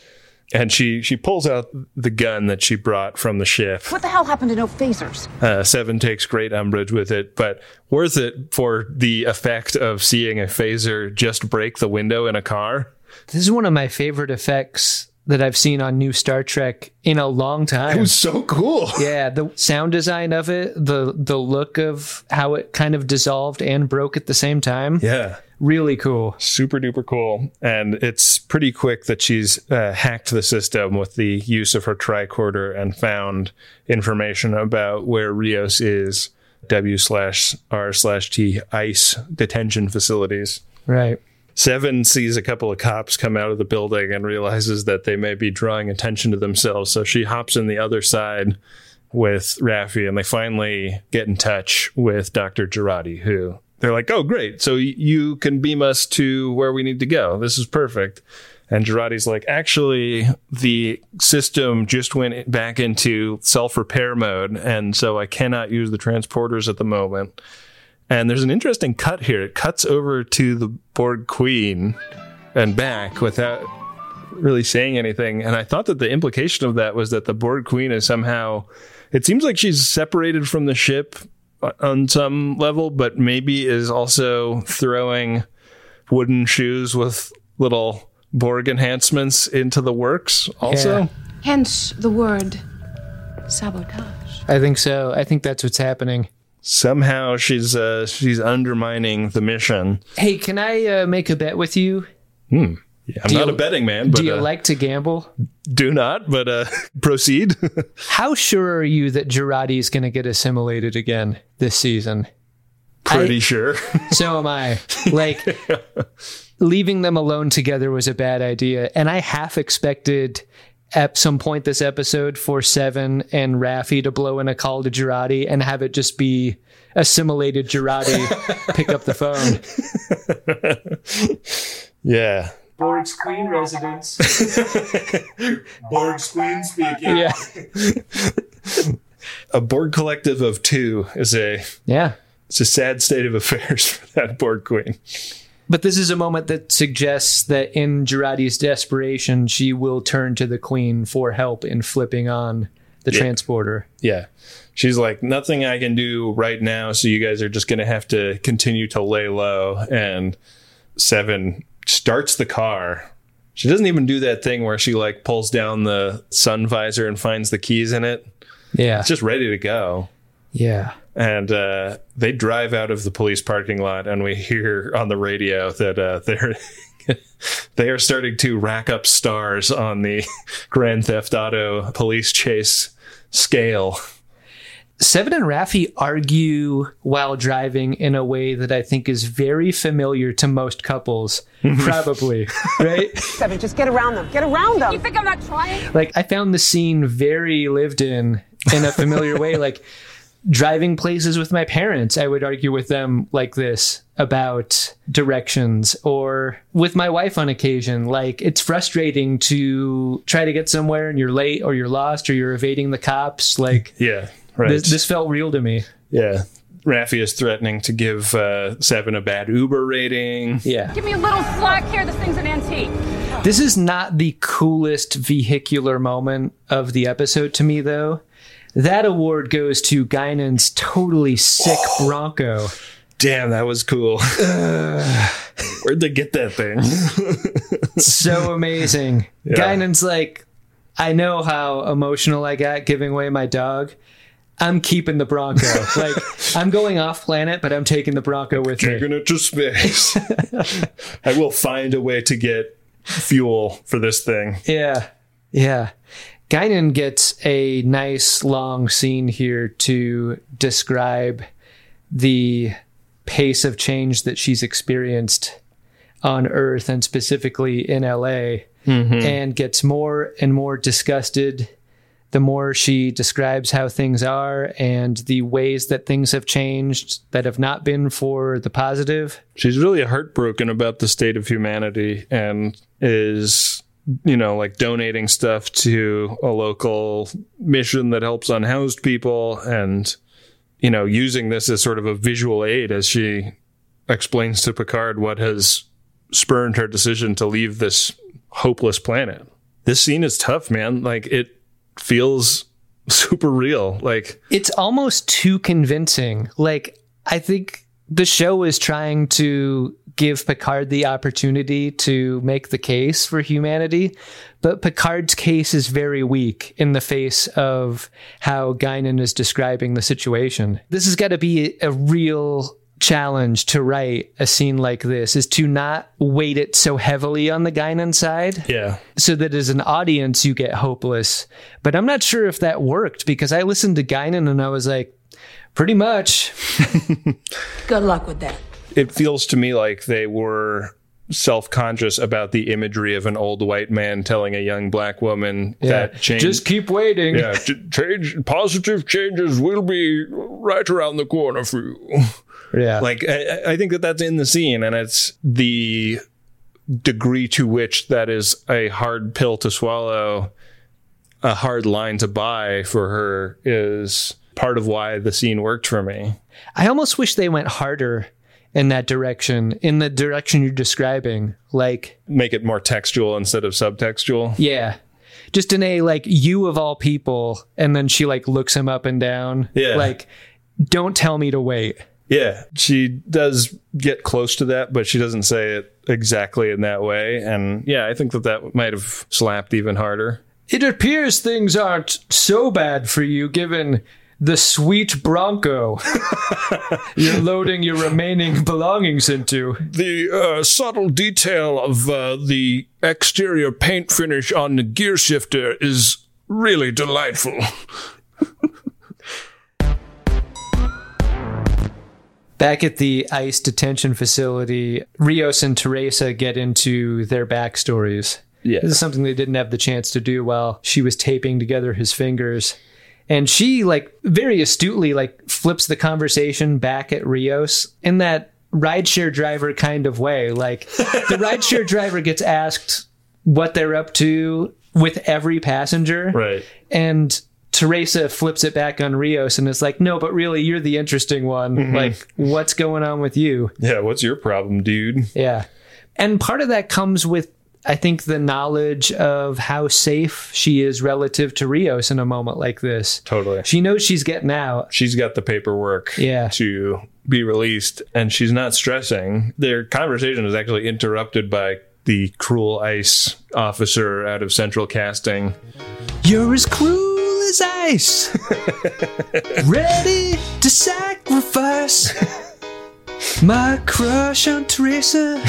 A: And she she pulls out the gun that she brought from the ship.
L: What the hell happened to no phasers?
A: Uh, Seven takes great umbrage with it, but worth it for the effect of seeing a phaser just break the window in a car.
E: This is one of my favorite effects that I've seen on new Star Trek in a long time.
A: It was so cool.
E: Yeah, the sound design of it, the the look of how it kind of dissolved and broke at the same time.
A: Yeah.
E: Really cool.
A: Super duper cool. And it's pretty quick that she's uh, hacked the system with the use of her tricorder and found information about where Rios is. W slash R slash T ICE detention facilities.
E: Right.
A: Seven sees a couple of cops come out of the building and realizes that they may be drawing attention to themselves. So she hops in the other side with Raffi and they finally get in touch with Dr. Girardi, who they're like, oh, great. So y- you can beam us to where we need to go. This is perfect. And Girardi's like, actually, the system just went back into self repair mode, and so I cannot use the transporters at the moment. And there's an interesting cut here. It cuts over to the Borg Queen and back without really saying anything. And I thought that the implication of that was that the Borg Queen is somehow, it seems like she's separated from the ship on some level, but maybe is also throwing wooden shoes with little Borg enhancements into the works also. Yeah.
Q: Hence the word sabotage.
E: I think so. I think that's what's happening.
A: Somehow she's uh, she's undermining the mission.
E: Hey, can I uh, make a bet with you?
A: Hmm. Yeah, I'm do not you, a betting man. But,
E: do you
A: uh,
E: like to gamble?
A: Do not, but uh, proceed.
E: How sure are you that Girardi is going to get assimilated again this season?
A: Pretty I, sure.
E: so am I. Like leaving them alone together was a bad idea, and I half expected at some point this episode for Seven and Rafi to blow in a call to Girardi and have it just be assimilated Girardi pick up the phone.
A: yeah.
R: Borg's Queen residence. Borg's Queen speaking.
E: Yeah.
A: a Borg collective of two is a
E: yeah.
A: It's a sad state of affairs for that Borg Queen.
E: But this is a moment that suggests that in Girardi's desperation, she will turn to the Queen for help in flipping on the
A: Yeah.
E: transporter.
A: Yeah. She's like, nothing I can do right now, so you guys are just going to have to continue to lay low. And Seven starts the car. She doesn't even do that thing where she like pulls down the sun visor and finds the keys in it.
E: Yeah.
A: It's just ready to go.
E: Yeah.
A: And uh, they drive out of the police parking lot, and we hear on the radio that uh, they're they are starting to rack up stars on the Grand Theft Auto police chase scale.
E: Seven and Raffi argue while driving in a way that I think is very familiar to most couples, probably, right?
L: Seven, just get around them. Get around them.
F: You think I'm not trying?
E: Like, I found the scene very lived in in a familiar way. Like, driving places with my parents, I would argue with them like this about directions or with my wife on occasion. Like, it's frustrating to try to get somewhere and you're late or you're lost or you're evading the cops. Like,
A: yeah. Right.
E: This, this felt real to me.
A: Yeah. Raffi is threatening to give uh, Seven a bad Uber rating.
E: Yeah.
F: Give me a little slack here. This thing's an antique.
E: This is not the coolest vehicular moment of the episode to me, though. That award goes to Guinan's totally sick
A: Oh.
E: Bronco.
A: Damn, that was cool.
E: Uh.
A: Where'd they get that thing?
E: so amazing.
A: Yeah.
E: Guinan's like, I know how emotional I got giving away my dog. I'm keeping the Bronco. like, I'm going off planet, but I'm taking the Bronco with me.
A: Taking it to space. I will find a way to get fuel for this thing.
E: Yeah. Yeah. Guinan gets a nice long scene here to describe the pace of change that she's experienced on Earth and specifically in LA and gets more and more disgusted the more she describes how things are and the ways that things have changed that have not been for the positive.
A: She's really heartbroken about the state of humanity and is, you know, like donating stuff to a local mission that helps unhoused people and, you know, using this as sort of a visual aid as she explains to Picard what has spurned her decision to leave this hopeless planet. This scene is tough, man. Like it feels super real. Like
E: It's almost too convincing. Like, I think the show is trying to give Picard the opportunity to make the case for humanity, but Picard's case is very weak in the face of how Guinan is describing the situation. This has got to be a real challenge to write a scene like this is to not weight it so heavily on the Guinan side
A: yeah.
E: so that as an audience you get hopeless. But I'm not sure if that worked because I listened to Guinan and I was like, pretty much.
S: Good luck with that.
A: It feels to me like they were self-conscious about the imagery of an old white man telling a young black woman that change
E: Just keep waiting.
A: yeah, ch- change positive changes will be right around the corner for you.
E: Yeah.
A: Like I, I- I think that that's in the scene, and it's the degree to which that is a hard pill to swallow, a hard line to buy for her is part of why the scene worked for me.
E: I almost wish they went harder in that direction, in the direction you're describing. Like,
A: make it more textual instead of subtextual.
E: Yeah. Just in a like you of all people, and then she like looks him up and down.
A: Yeah.
E: Like, don't tell me to wait.
A: Yeah, she does get close to that, but she doesn't say it exactly in that way. And yeah, I think that that might have slapped even harder.
E: It appears things aren't so bad for you given the sweet Bronco you're loading your remaining belongings into.
T: The uh, subtle detail of uh, the exterior paint finish on the gear shifter is really delightful.
E: Back at the ICE detention facility, Rios and Teresa get into their backstories.
A: Yeah.
E: This is something they didn't have the chance to do while she was taping together his fingers. And she like very astutely like flips the conversation back at Rios in that rideshare driver kind of way. Like the rideshare driver gets asked what they're up to with every passenger.
A: Right.
E: And Teresa flips it back on Rios and is like, "No, but really, you're the interesting one.
A: Mhm.
E: Like, what's going on with you?"
A: Yeah, what's your problem, dude?
E: Yeah. And part of that comes with, I think, the knowledge of how safe she is relative to Rios in a moment like this.
A: Totally.
E: She knows she's getting out.
A: She's got the paperwork
E: Yeah.
A: to be released, and she's not stressing. Their conversation is actually interrupted by the cruel ICE officer out of central casting.
E: You're as cruel as ice, ready to sacrifice my crush on Teresa.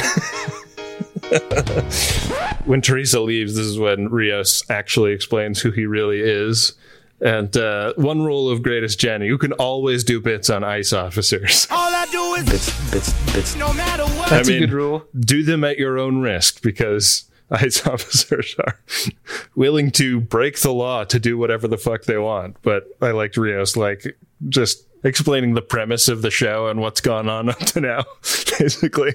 A: when Teresa leaves, this is when Rios actually explains who he really is. And uh, one rule of greatest Jenny, you can always do bits on ICE officers.
U: All I do is
A: Bits, bits, bits.
U: no matter what.
E: That's a good rule.
A: Do them at your own risk because ICE officers are willing to break the law to do whatever the fuck they want. But I liked Rios, like, just explaining the premise of the show and what's gone on up to now, basically.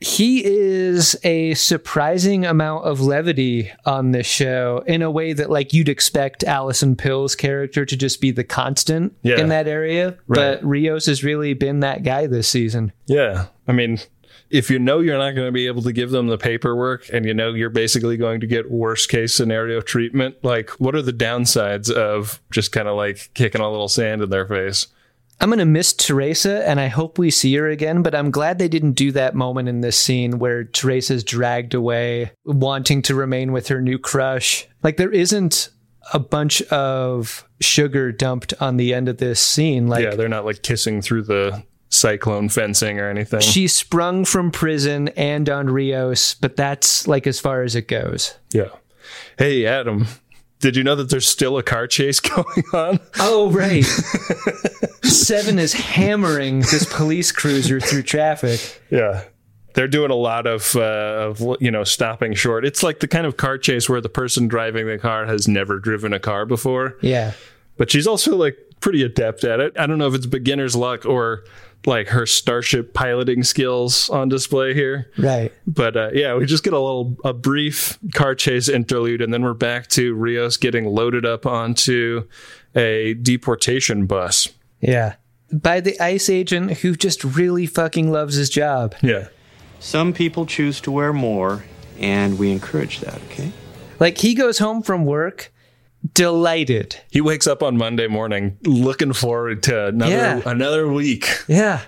E: He is a surprising amount of levity on this show in a way that, like, you'd expect Allison Pill's character to just be the constant
A: Yeah.
E: in that area. But Rios has really been that guy this season.
A: Yeah. I mean, if you know you're not going to be able to give them the paperwork and you know you're basically going to get worst case scenario treatment, like what are the downsides of just kind of like kicking a little sand in their face?
E: I'm going to miss Teresa, and I hope we see her again. But I'm glad they didn't do that moment in this scene where Teresa's dragged away, wanting to remain with her new crush. Like, there isn't a bunch of sugar dumped on the end of this scene. Like,
A: yeah, they're not like kissing through the cyclone fencing or anything.
E: She sprung from prison and on Rios, but that's like as far as it goes.
A: yeah. Hey, Adam, did you know that there's still a car chase going on?
E: Oh, right. Seven is hammering this police cruiser through traffic.
A: Yeah. They're doing a lot of, uh, of you know stopping short. It's like the kind of car chase where the person driving the car has never driven a car before.
E: Yeah.
A: but she's also like pretty adept at it. I don't know if it's beginner's luck or like her starship piloting skills on display here.
E: Right.
A: But uh, yeah, we just get a little a brief car chase interlude, and then we're back to Rios getting loaded up onto a deportation bus.
E: Yeah. By the ICE agent who just really fucking loves his job.
A: Yeah.
N: Some people choose to wear more, and we encourage that, okay?
E: Like he goes home from work delighted.
A: He wakes up on Monday morning looking forward to another
E: Yeah.
A: another week.
E: Yeah.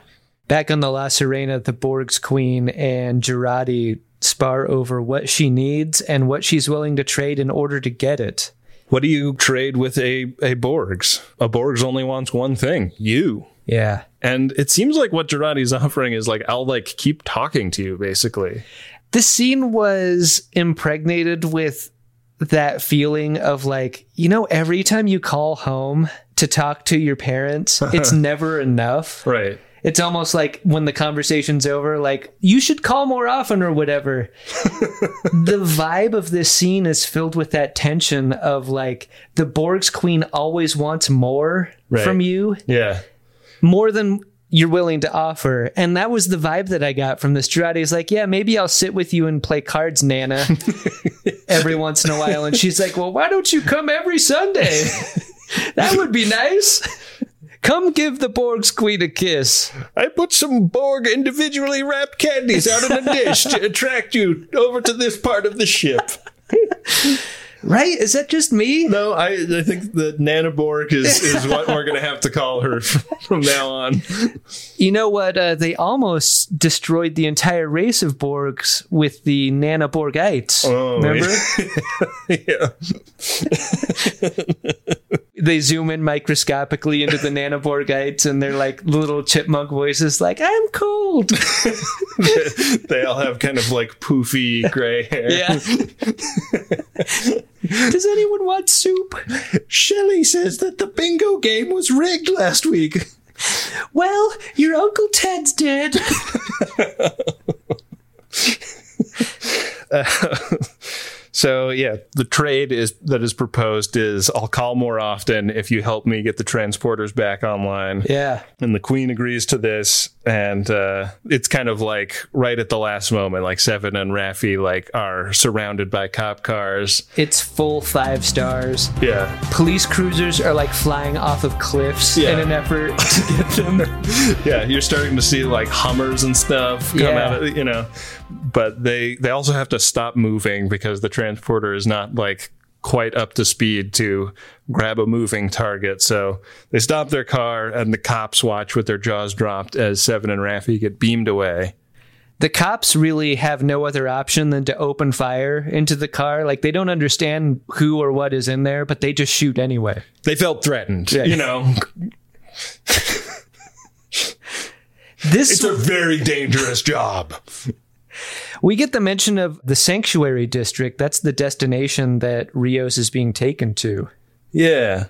E: Back on the La Serena, the Borg's queen and Girardi spar over what she needs and what she's willing to trade in order to get it.
A: What do you trade with a, a Borgs? A Borgs only wants one thing, you.
E: Yeah.
A: And it seems like what Girardi's offering is like, I'll like keep talking to you, basically.
E: this scene was impregnated with that feeling of like you know every time you call home to talk to your parents it's never enough
A: Right.
E: it's almost like when the conversation's over like you should call more often or whatever the vibe of this scene is filled with that tension of like the borg's queen always wants more
A: Right.
E: from you
A: Yeah.
E: more than you're willing to offer. And that was the vibe that I got from this. Girardi's like, yeah, maybe I'll sit with you and play cards, Nana, every once in a while. And she's like, well, why don't you come every Sunday? that would be nice. Come give the Borg's queen a kiss.
T: I put some Borg individually wrapped candies out in a dish to attract you over to this part of the ship.
E: Right? Is that just me?
A: No, I, I think the Nana Borg is, is what we're going to have to call her from now on.
E: You know what? Uh, they almost destroyed the entire race of Borgs with the Nana Borgites.
A: Oh,
E: remember?
A: yeah.
E: they zoom in microscopically into the Nana Borgites and they're like little chipmunk voices, like, I'm cold.
A: they all have kind of like poofy gray hair.
E: Yeah. Does anyone want soup?
T: Shelly says that the bingo game was rigged last week.
E: Well, your Uncle Ted's dead.
A: Uh, so yeah, the trade is that is proposed is I'll call more often if you help me get the transporters back online.
E: Yeah.
A: And the queen agrees to this, and uh, it's kind of like right at the last moment, like Seven and Raffi like are surrounded by cop cars.
E: It's full five stars.
A: Yeah.
E: Police cruisers are like flying off of cliffs
A: Yeah.
E: in an effort to get them.
A: yeah, you're starting to see like Hummers and stuff come
E: Yeah.
A: out, of, you know. But they they also have to stop moving because the transporter is not like quite up to speed to grab a moving target. So they stop their car, and the cops watch with their jaws dropped as Seven and Raffi get beamed away.
E: the cops really have no other option than to open fire into the car. Like they don't understand who or what is in there, but they just shoot anyway.
A: They felt threatened,
E: Yeah.
A: you know.
E: This
T: It's a very dangerous job.
E: we get the mention of the sanctuary district. That's the destination that Rios is being taken to.
A: Yeah.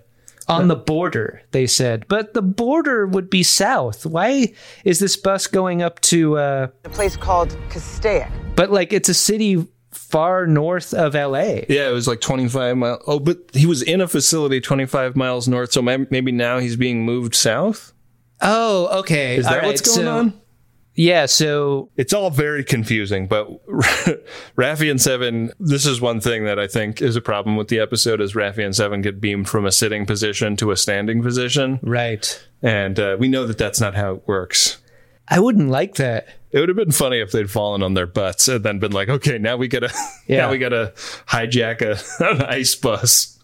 E: On the border, they said. But the border would be south. Why is this bus going up to uh
L: A place called Castaic.
E: but like it's a city far north of LA.
A: Yeah, it was like 25 miles. Oh, but he was in a facility 25 miles north, so may- maybe now he's being moved south?
E: Oh, okay.
A: Is that
E: All
A: what's
E: right,
A: going
E: so-
A: on?
E: Yeah, so
A: It's all very confusing, but Raffi and Seven, this is one thing that I think is a problem with the episode is Raffi and Seven get beamed from a sitting position to a standing position.
E: Right.
A: And uh, we know that that's not how it works.
E: I wouldn't like that.
A: It would have been funny if they'd fallen on their butts and then been like, okay, now we gotta,
E: Yeah.
A: now we gotta hijack a, an ice bus.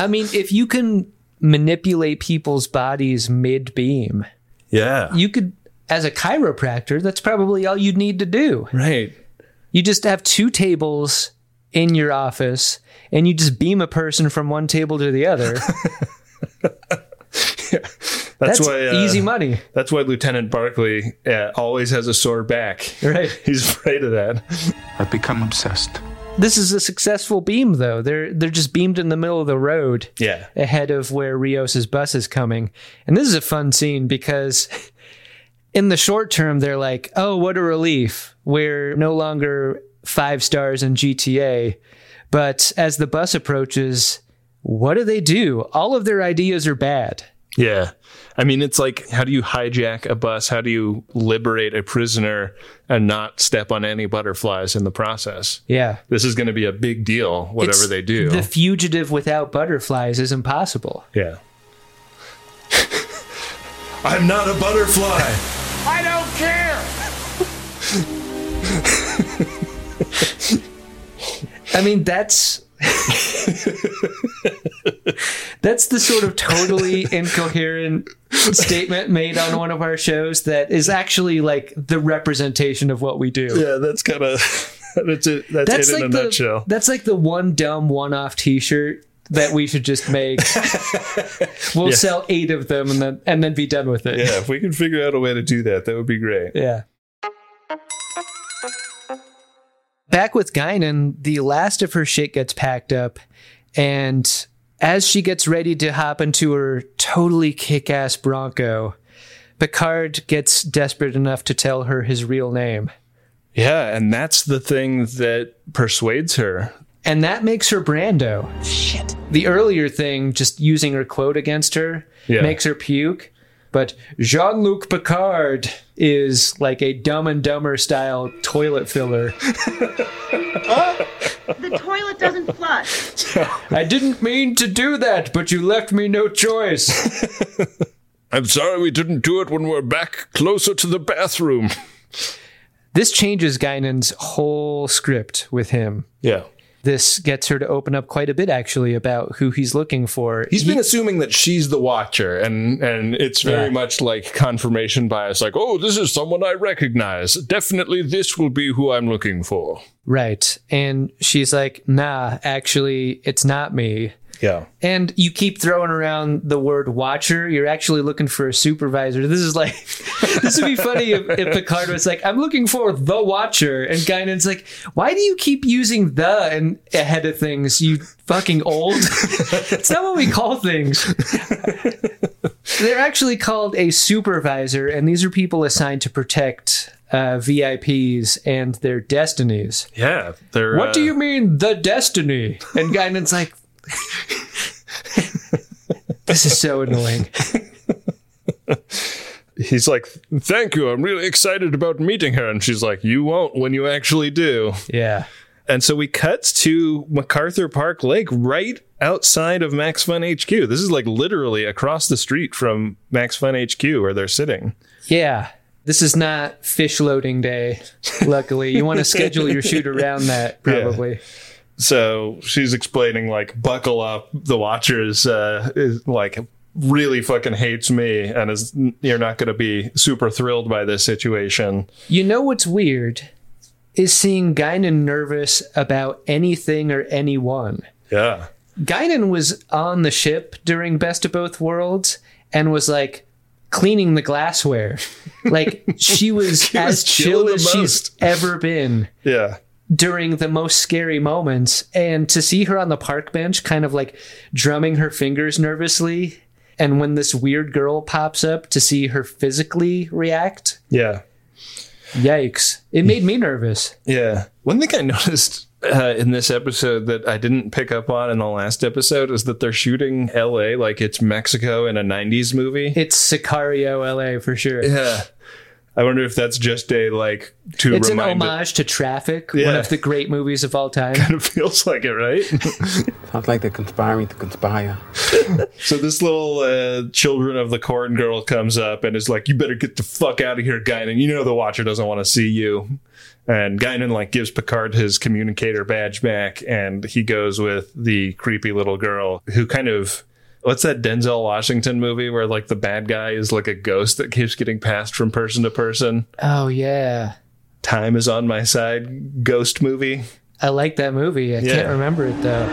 E: I mean, if you can manipulate people's bodies mid beam,
A: Yeah.
E: you could, as a chiropractor, that's probably all you'd need to do.
A: Right.
E: You just have two tables in your office and you just beam a person from one table to the other.
A: That's,
E: That's
A: why uh,
E: easy money.
A: That's why Lieutenant Barkley uh, always has a sore back.
E: Right.
A: He's afraid of that.
V: I've become obsessed.
E: this is a successful beam, though. They're they're just beamed in the middle of the road.
A: Yeah.
E: ahead of where Rios's bus is coming. And this is a fun scene because in the short term they're like, "Oh, what a relief. We're no longer 5 stars in GTA." But as the bus approaches, what do they do? All of their ideas are bad.
A: Yeah. I mean, it's like, how do you hijack a bus? How do you liberate a prisoner and not step on any butterflies in the process?
E: Yeah.
A: This is going to be a big deal, whatever
E: It's-
A: they do.
E: The fugitive without butterflies is impossible.
A: yeah. I'm not a butterfly.
K: I don't care.
E: I mean, that's that's the sort of totally incoherent statement made on one of our shows that is actually like the representation of what we do.
A: yeah, that's kind of, that's it, that's it in a
E: the,
A: nutshell.
E: That's like the one dumb one-off T-shirt that we should just make. we'll
A: Yeah.
E: sell eight of them and then and then be done with it.
A: yeah, if we can figure out a way to do that, that would be great.
E: Yeah. Back with Guinan, the last of her shit gets packed up, and as she gets ready to hop into her totally kick ass Bronco, Picard gets desperate enough to tell her his real name.
A: Yeah, and that's the thing that persuades her.
E: And that makes her Brando. Shit. The earlier thing, just using her quote against her,
A: Yeah.
E: makes her puke. But Jean Luc Picard is like a Dumb and Dumber style toilet filler.
W: The toilet doesn't flush.
E: I didn't mean to do that, but you left me no choice.
T: I'm sorry we didn't do it when we're back closer to the bathroom.
E: This changes Guinan's whole script with him.
A: Yeah.
E: This gets her to open up quite a bit, actually, about who he's looking for.
A: He's been assuming that she's the watcher, and and it's very
E: Yeah.
A: much like confirmation bias. Like, oh, this is someone I recognize. Definitely, this will be who I'm looking for.
E: Right. And she's like, nah, actually, it's not me.
A: Yeah.
E: And you keep throwing around the word watcher. You're actually looking for a supervisor. This is like, this would be funny if, if Picard was like, I'm looking for the watcher. And Guinan's like, why do you keep using the and ahead of things, you fucking old? it's not what we call things. They're actually called a supervisor, and these are people assigned to protect uh, VIPs and their destinies.
A: Yeah. They're, uh,
E: What do you mean, the destiny? And Guinan's like, this is so annoying.
A: He's like, thank you. I'm really excited about meeting her. And she's like, you won't when you actually do.
E: Yeah.
A: And so we cuts to MacArthur Park Lake right outside of Max Fun HQ. This is like literally across the street from Max Fun HQ where they're sitting.
E: Yeah. This is not fish loading day, luckily. You want to schedule your shoot around that,
A: Yeah.
E: probably.
A: So she's explaining like, buckle up. The Watchers uh, is like really fucking hates me, and is you're not going to be super thrilled by this situation.
E: You know what's weird is seeing Guinan nervous about anything or anyone.
A: Yeah.
E: Guinan was on the ship during Best of Both Worlds and was like cleaning the glassware. Like she was
A: She
E: as
A: was
E: chill
A: chilling
E: as
A: the
E: she's ever been
A: Yeah.
E: during the most scary moments. And to see her on the park bench, kind of like drumming her fingers nervously. And when this weird girl pops up to see her physically react,
A: Yeah.
E: yikes. It made me nervous.
A: Yeah. One thing I noticed uh, in this episode that I didn't pick up on in the last episode is that they're shooting LA like it's Mexico in a 90s movie.
E: It's Sicario LA for sure.
A: Yeah. I wonder if that's just a like to
E: it's an
A: remind
E: homage to Traffic, one
A: Yeah.
E: of the great movies of all time.
A: Kind of feels like it, right?
U: Sounds like they're conspiring to conspire.
A: so this little uh, children of the corn girl comes up and is like, "You better get the fuck out of here, Guinan. You know the Watcher doesn't want to see you." And Guinan like gives Picard his communicator badge back, and he goes with the creepy little girl who kind of. What's that Denzel Washington movie where like the bad guy is like a ghost that keeps getting passed from person to person?
E: Oh, yeah.
A: Time is on my side, ghost movie.
E: I like that movie. I
A: Yeah.
E: can't remember it, though.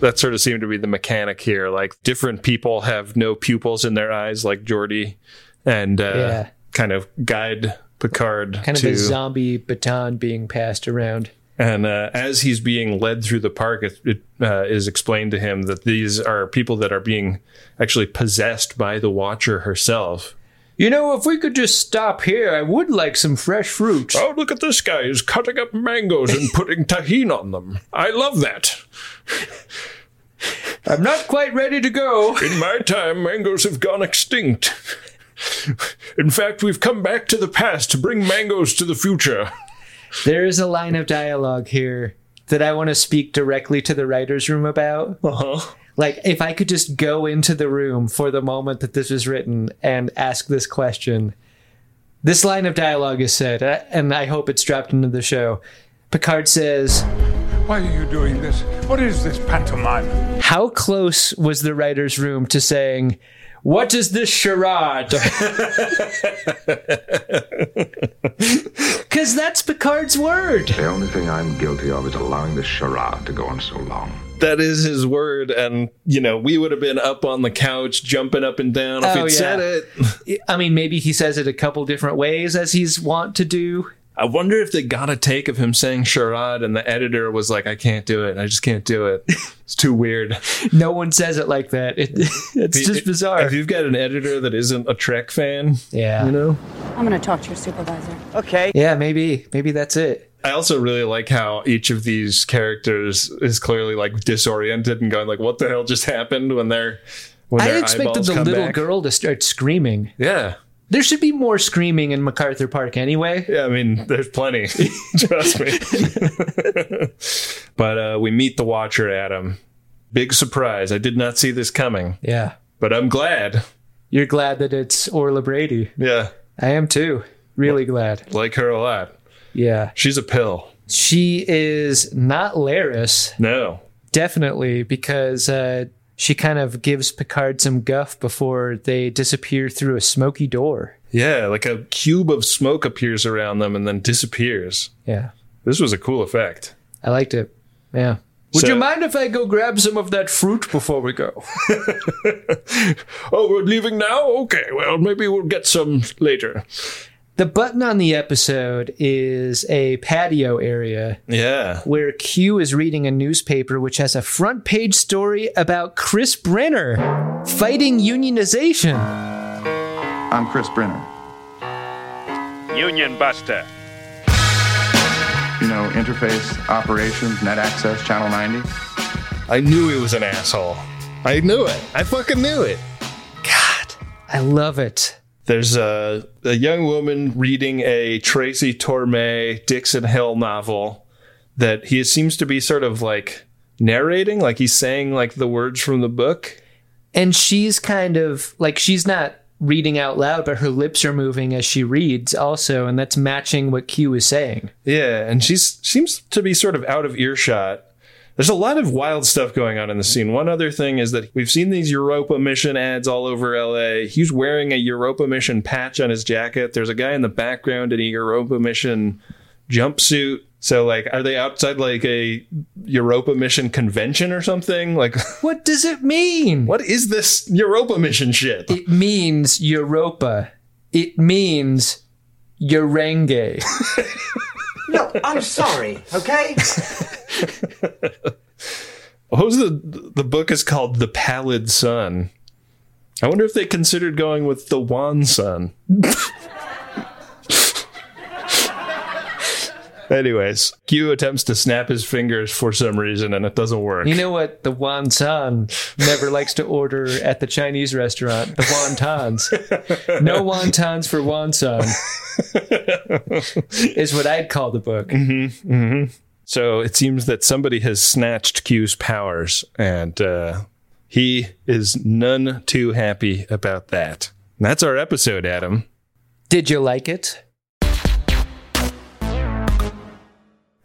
A: that sort of seemed to be the mechanic here. Like different people have no pupils in their eyes, like Geordi, and uh,
E: Yeah.
A: kind of guide Picard
E: Kind of
A: to.
E: a zombie baton being passed around.
A: and uh, as he's being led through the park, it, it uh, is explained to him that these are people that are being actually possessed by the Watcher herself.
E: You know, if we could just stop here, I would like some fresh fruit.
T: Oh, look at this guy. He's cutting up mangoes and putting tahine on them. I love that.
E: I'm not quite ready to go.
T: In my time, mangoes have gone extinct. In fact, we've come back to the past to bring mangoes to the future.
E: There is a line of dialogue here that I want to speak directly to the writer's room about.
T: Uh-huh.
E: Like, if I could just go into the room for the moment that this was written and ask this question. This line of dialogue is said, uh, and I hope it's dropped into the show. Picard says,
G: Why are you doing this? What is this pantomime?
E: How close was the writer's room to saying, What is this charade? Because that's Picard's word.
X: The only thing I'm guilty of is allowing this charade to go on so long.
A: That is his word, and you know we would have been up on the couch jumping up and down if
E: Oh,
A: he'd
E: yeah.
A: said it.
E: I mean, maybe he says it a couple different ways as he's wont to do.
A: I wonder if they got a take of him saying charade and the editor was like, I can't do it. I just can't do it. It's too weird.
E: No one says it like that. It, it's just bizarre.
A: If you've got an editor that isn't a Trek fan,
E: yeah.
A: you know?
W: I'm gonna talk to your supervisor.
E: Okay. Yeah, maybe. Maybe that's it.
A: I also really like how each of these characters is clearly like disoriented and going like, what the hell just happened when they're when
E: I
A: their
E: expected
A: eyeballs
E: the
A: come
E: little
A: back.
E: girl to start screaming.
A: Yeah.
E: There should be more screaming in MacArthur Park anyway.
A: Yeah, I mean, there's plenty. Trust me. but uh, we meet the Watcher, Adam. Big surprise. I did not see this coming,
E: Yeah.
A: but I'm glad.
E: You're glad that it's Orla Brady.
A: Yeah,
E: I am too. Really glad.
A: like her a lot.
E: Yeah.
A: She's a pill.
E: She is not Laris,
A: No.
E: definitely, because uh, she kind of gives Picard some guff before they disappear through a smoky door.
A: Yeah, like a cube of smoke appears around them and then disappears.
E: Yeah.
A: This was a cool effect.
E: I liked it. Yeah. Would
A: So-
E: you mind if I go grab some of that fruit before we go?
T: Oh, we're leaving now? Okay, well, maybe we'll get some later.
E: The button on the episode is a patio area
A: Yeah.
E: where Q is reading a newspaper which has a front page story about Chris Brenner fighting unionization.
J: I'm Chris Brenner.
K: Union Buster.
J: You know, interface, operations, net access, channel 90.
A: I knew he was an asshole. I knew it. I fucking knew it.
E: I love it.
A: There's a, a young woman reading a Tracy Torme Dixon Hill novel that he seems to be sort of like narrating, like he's saying like the words from the book.
E: And she's kind of like, she's not reading out loud, but her lips are moving as she reads also, and that's matching what Q is saying.
A: Yeah, and she's seems to be sort of out of earshot. There's a lot of wild stuff going on in the scene. One other thing is that we've seen these Europa mission ads all over LA. He's wearing a Europa mission patch on his jacket. There's a guy in the background in a Europa mission jumpsuit. So like are they outside like a Europa mission convention or something? Like
E: What does it mean?
A: what is this Europa mission shit?
E: It means Europa. It means Urenge.
K: Look, I'm sorry, okay?
A: What was the the book is called The Pallid Sun. I wonder if they considered going with the Wan Sun. Anyways, Q attempts to snap his fingers for some reason and it doesn't work.
E: You know what? The wonton never likes to order at the Chinese restaurant. The wontons. No wontons for wonton is what I'd call the book.
A: Mm-hmm, mm-hmm. So it seems that somebody has snatched Q's powers and uh, he is none too happy about that. And that's our episode, Adam.
E: Did you like it?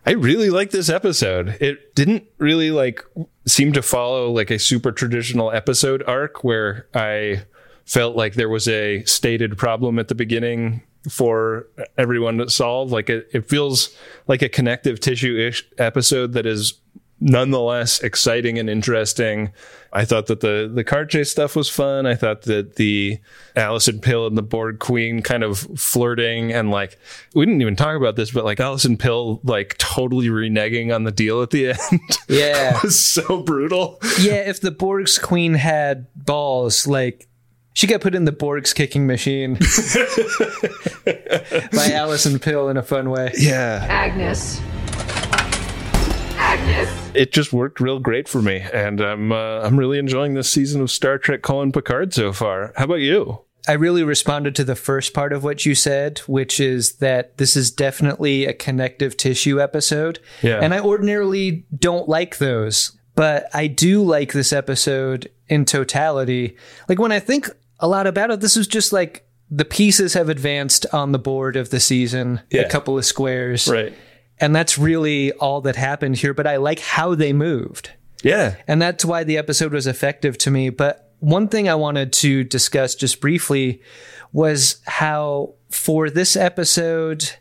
A: I really like this episode. It didn't really like seem to follow like a super traditional episode arc where I felt like there was a stated problem at the beginning for everyone to solve. Like it, it feels like a connective tissue ish episode that is nonetheless exciting and interesting. I thought that the the car chase stuff was fun. I thought that the Allison Pill and the Borg Queen kind of flirting and like we didn't even talk about this, but like Allison Pill like totally reneging on the deal at the end
E: Yeah.
A: was so brutal.
E: Yeah, if the Borg's queen had balls, like she got put in the Borg's kicking machine by Allison Pill in a fun way.
A: Yeah.
S: Agnes.
A: It just worked real great for me, and I'm uh, I'm really enjoying this season of Star Trek Colin Picard so far. How about you?
E: I really responded to the first part of what you said, which is that this is definitely a connective tissue episode.
A: Yeah.
E: And I ordinarily don't like those, but I do like this episode in totality. Like when I think a lot about it, this is just like the pieces have advanced on the board of the season,
A: Yeah.
E: a couple of squares.
A: Right.
E: And that's really all that happened here, but I like how they moved.
A: Yeah.
E: And that's why the episode was effective to me. But one thing I wanted to discuss just briefly was how, for this episode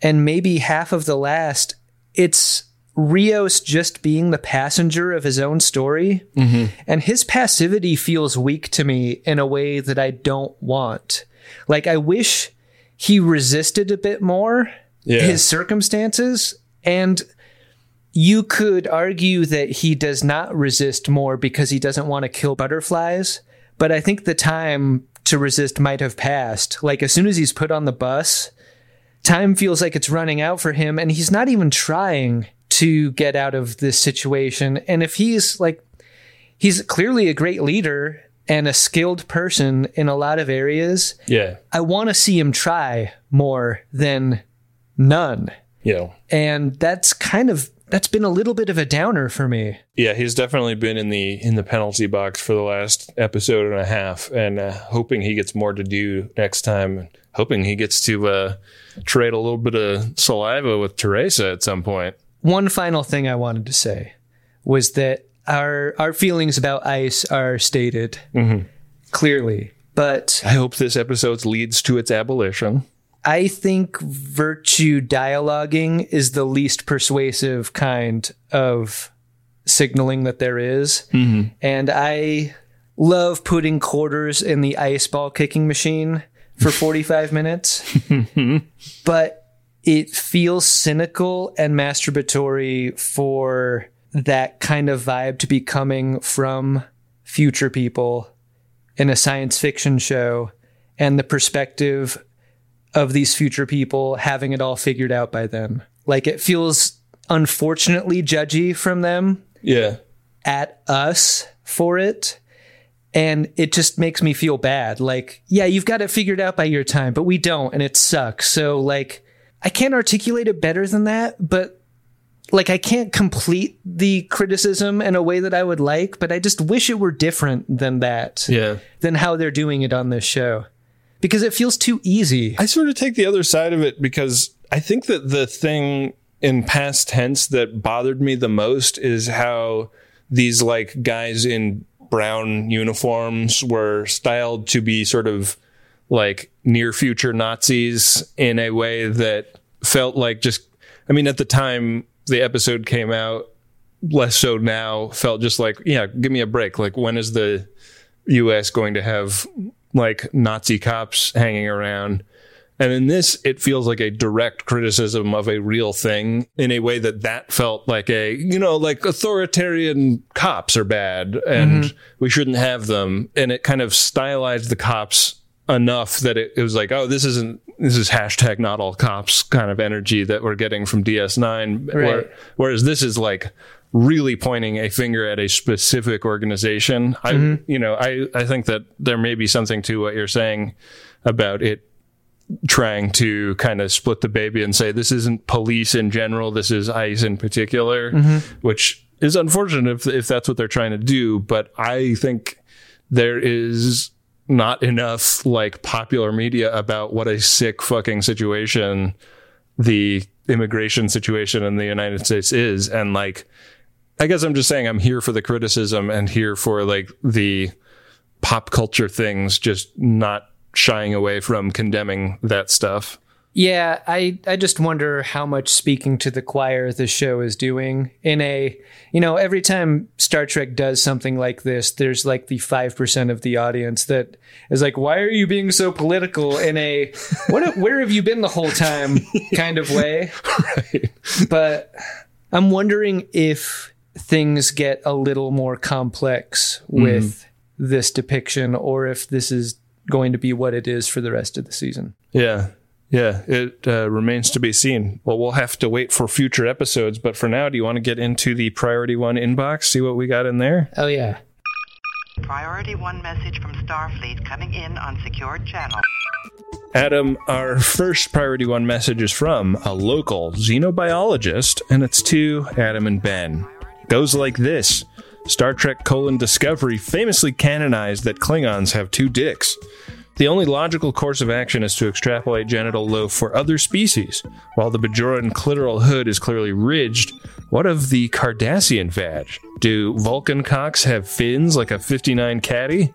E: and maybe half of the last, it's Rios just being the passenger of his own story. And his passivity feels weak to me in a way that I don't want. Like, I wish he resisted a bit more
A: Yeah.
E: his circumstances. And you could argue that he does not resist more because he doesn't want to kill butterflies. But I think the time to resist might have passed. Like, as soon as he's put on the bus, time feels like it's running out for him and he's not even trying to get out of this situation and if he's like he's clearly a great leader and a skilled person in a lot of areas.
A: Yeah.
E: I want to see him try more than none.
A: Yeah.
E: And that's kind of that's been a little bit of a downer for me.
A: Yeah, he's definitely been in the in the penalty box for the last episode and a half, and uh, hoping he gets more to do next time. Hoping he gets to uh, trade a little bit of saliva with Teresa at some point.
E: One final thing I wanted to say was that our our feelings about ice are stated
A: Mm-hmm.
E: clearly, but
A: I hope this episode leads to its abolition.
E: I think virtue dialoguing is the least persuasive kind of signaling that there is.
A: Mm-hmm.
E: And I love putting quarters in the ice ball kicking machine for 45 minutes, but it feels cynical and masturbatory for that kind of vibe to be coming from future people in a science fiction show and the perspective of these future people having it all figured out by them. Like it feels unfortunately judgy from them
A: yeah.
E: at us for it. And it just makes me feel bad. Like, yeah, you've got it figured out by your time, but we don't, and it sucks. So, like, I can't articulate it better than that, but like, I can't complete the criticism in a way that I would like, but I just wish it were different than that,
A: Yeah.
E: than how they're doing it on this show, because it feels too easy.
A: I sort of take the other side of it because I think that the thing in past tense that bothered me the most is how these like guys in brown uniforms were styled to be sort of like near future Nazis in a way that felt like just I mean at the time the episode came out less so now felt just like yeah give me a break like when is the US going to have like Nazi cops hanging around. And in this, it feels like a direct criticism of a real thing in a way that that felt like a, you know, like authoritarian cops are bad and we shouldn't have them. And it kind of stylized the cops enough that it, it was like, oh, this isn't, this is hashtag not all cops kind of energy that we're getting from DS9.
E: Right.
A: Where- whereas this is like really pointing a finger at a specific organization. I, you know, I, I think that there may be something to what you're saying about it trying to kind of split the baby and say this isn't police in general, this is ICE in particular,
E: Mhm.
A: which is unfortunate if, if that's what they're trying to do. But I think there is not enough like popular media about what a sick fucking situation the immigration situation in the United States is. And like, I guess I'm just saying I'm here for the criticism and here for like the pop culture things, just not shying away from condemning that stuff.
E: Yeah, I, I just wonder how much speaking to the choir the show is doing in a you know, every time Star Trek does something like this, there's like the five percent of the audience that is like, Why are you being so political in a what where have you been the whole time kind of way? But I'm wondering if things get a little more complex with this depiction or if this is going to be what it is for the rest of the season.
A: Yeah. Yeah. It uh, remains to be seen. Well, we'll have to wait for future episodes. But for now, do you want to get into the priority one inbox, see what we got in there?
E: Oh yeah.
I: Priority one message from Starfleet coming in on secured channel.
A: Adam, our first priority one message is from a local xenobiologist, and it's to Adam and Ben. Goes like this Star Trek colon Discovery famously canonized that Klingons have two dicks. The only logical course of action is to extrapolate genital lobe for other species. While the Bajoran clitoral hood is clearly ridged, what of the Cardassian vag? Do Vulcan cocks have fins like a 59 caddy?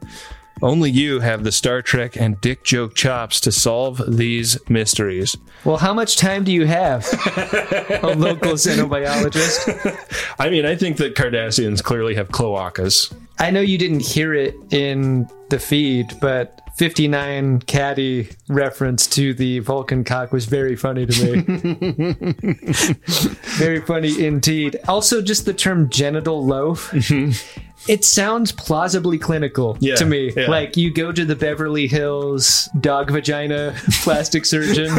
A: Only you have the Star Trek and dick joke chops to solve these mysteries.
E: Well, how much time do you have, a local xenobiologist?
A: I mean, I think that Cardassians clearly have cloacas.
E: I know you didn't hear it in the feed, but 59 caddy reference to the Vulcan cock was very funny to me. very funny indeed. Also, just the term genital loaf. It sounds plausibly clinical
A: Mm-hmm. Yeah,
E: to me.
A: yeah.
E: Like you go to the Beverly Hills dog vagina plastic surgeon,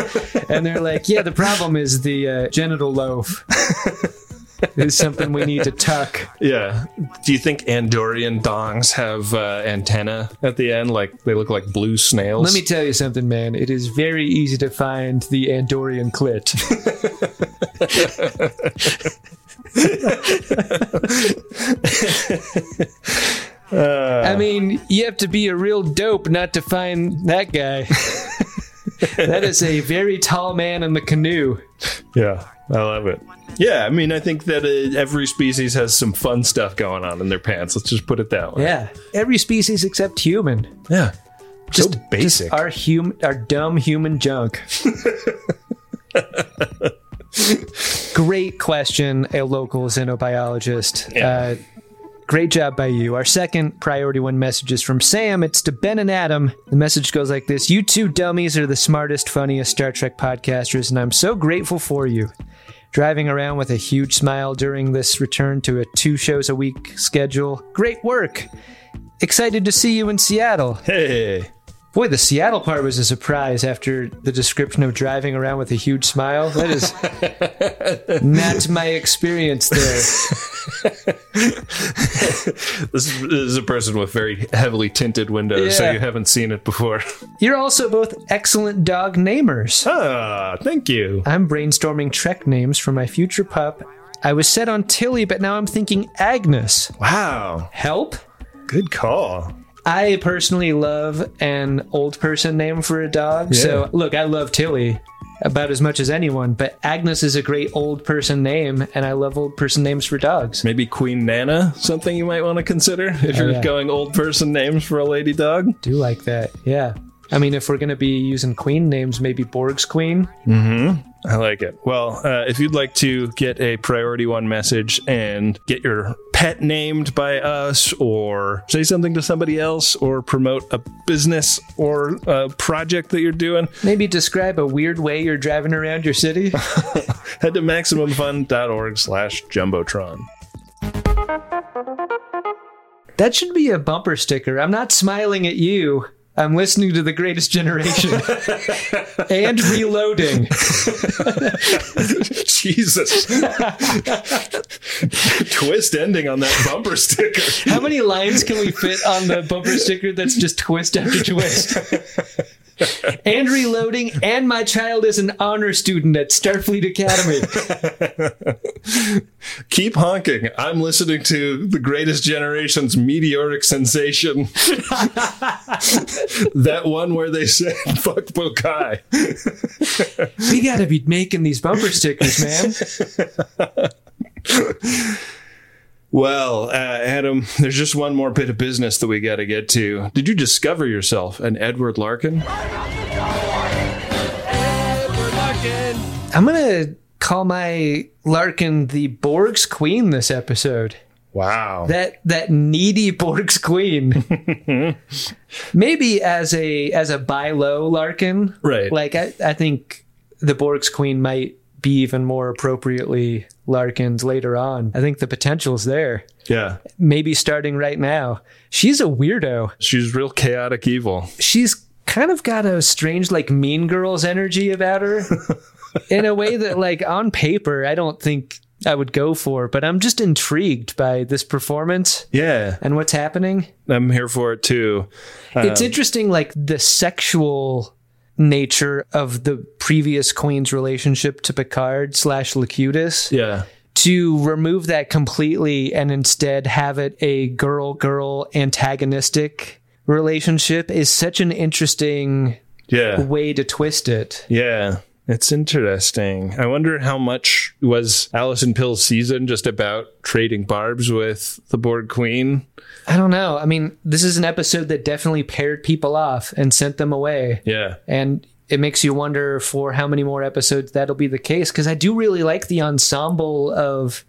E: and they're like, "Yeah, the problem is the uh, genital loaf." It's something we need to tuck.
A: Yeah. Do you think Andorian dongs have uh, antenna at the end? Like they look like blue snails?
E: Let me tell you something, man. It is very easy to find the Andorian clit.
A: Uh,
E: I mean, you have to be a real dope not to find that guy. that is a very tall man in the canoe.
A: yeah, I love it. Yeah, I mean, I think that uh, every species has some fun stuff going on in their pants. Let's just put it that way.
E: Yeah, every species except human.
A: Yeah,
E: Just
A: so basic.
E: just our human, our dumb human junk. Great question, a local xenobiologist. Uh, great job by you. Our second priority one message is from Sam. It's to Ben and Adam. The message goes like this You two dummies are the smartest, funniest Star Trek podcasters, and I'm so grateful for you. Driving around with a huge smile during this return to a two shows a week schedule. Great work. Excited to see you in Seattle.
A: Hey.
E: Boy, the Seattle part was a surprise after the description of driving around with a huge smile. That is not my experience there.
A: This is, this is a person with very heavily tinted windows, so
E: Yeah.
A: you haven't seen it before.
E: You're also both excellent dog namers.
A: Ah, thank you.
E: I'm brainstorming Trek names for my future pup. I was set on Tilly, but now I'm thinking Agnes.
A: Wow.
E: Help?
A: Good call.
E: I personally love an old person name for a dog.
A: Yeah.
E: So, look, I love Tilly about as much as anyone, but Agnes is a great old person name, and I love old person names for dogs.
A: Maybe Queen Nana, something you might want to consider if
E: Oh,
A: you're
E: yeah.
A: going old person names for a lady dog.
E: do like that. Yeah. I mean, if we're going to be using queen names, maybe Borg's queen.
A: Mm-hmm. I like it. Well, uh, if you'd like to get a priority one message and get your pet named by us, or say something to somebody else, or promote a business or a project that you're doing,
E: Maybe describe a weird way you're driving around your city.
A: head to maximumfun.org/slash jumbotron.
E: that should be a bumper sticker. I'm not smiling at you. I'm listening to the greatest generation and reloading.
A: Jesus, twist ending on that bumper sticker.
E: How many lines can we fit on the bumper sticker that's just twist after twist? and reloading, and my child is an honor student at Starfleet Academy.
A: Keep honking. I'm listening to the greatest generation's meteoric sensation. that one where they said, fuck Bokai.
E: We gotta be making these bumper stickers, man.
A: Well, uh, Adam, there's just one more bit of business that we got to get to. Did you discover yourself an Edward Larkin?
E: I'm gonna call my Larkin the Borg's Queen this episode.
A: Wow.
E: That that needy Borg's Queen. Maybe as a as a buy low Larkin.
A: Right.
E: Like I, I think the Borg's Queen might be even more appropriately Larkin's later on. I think the potential's there.
A: yeah.
E: Maybe starting right now. She's a weirdo.
A: She's real chaotic evil.
E: She's kind of got a strange like mean girls energy about her in a way that like on paper I don't think I would go for, but I'm just intrigued by this performance
A: Yeah.
E: and what's happening.
A: I'm here for it too.
E: it's interesting like the sexual nature of the previous queen's relationship to Picard slash Locutus
A: Yeah.
E: to remove that completely and instead have it a girl girl antagonistic relationship is such an interesting
A: Yeah.
E: way to twist it.
A: Yeah. It's interesting. I wonder how much was Allison Pill's season just about trading barbs with the Borg Queen?
E: I don't know. I mean, this is an episode that definitely paired people off and sent them away.
A: Yeah.
E: And it makes you wonder for how many more episodes that'll be the case because I do really like the ensemble of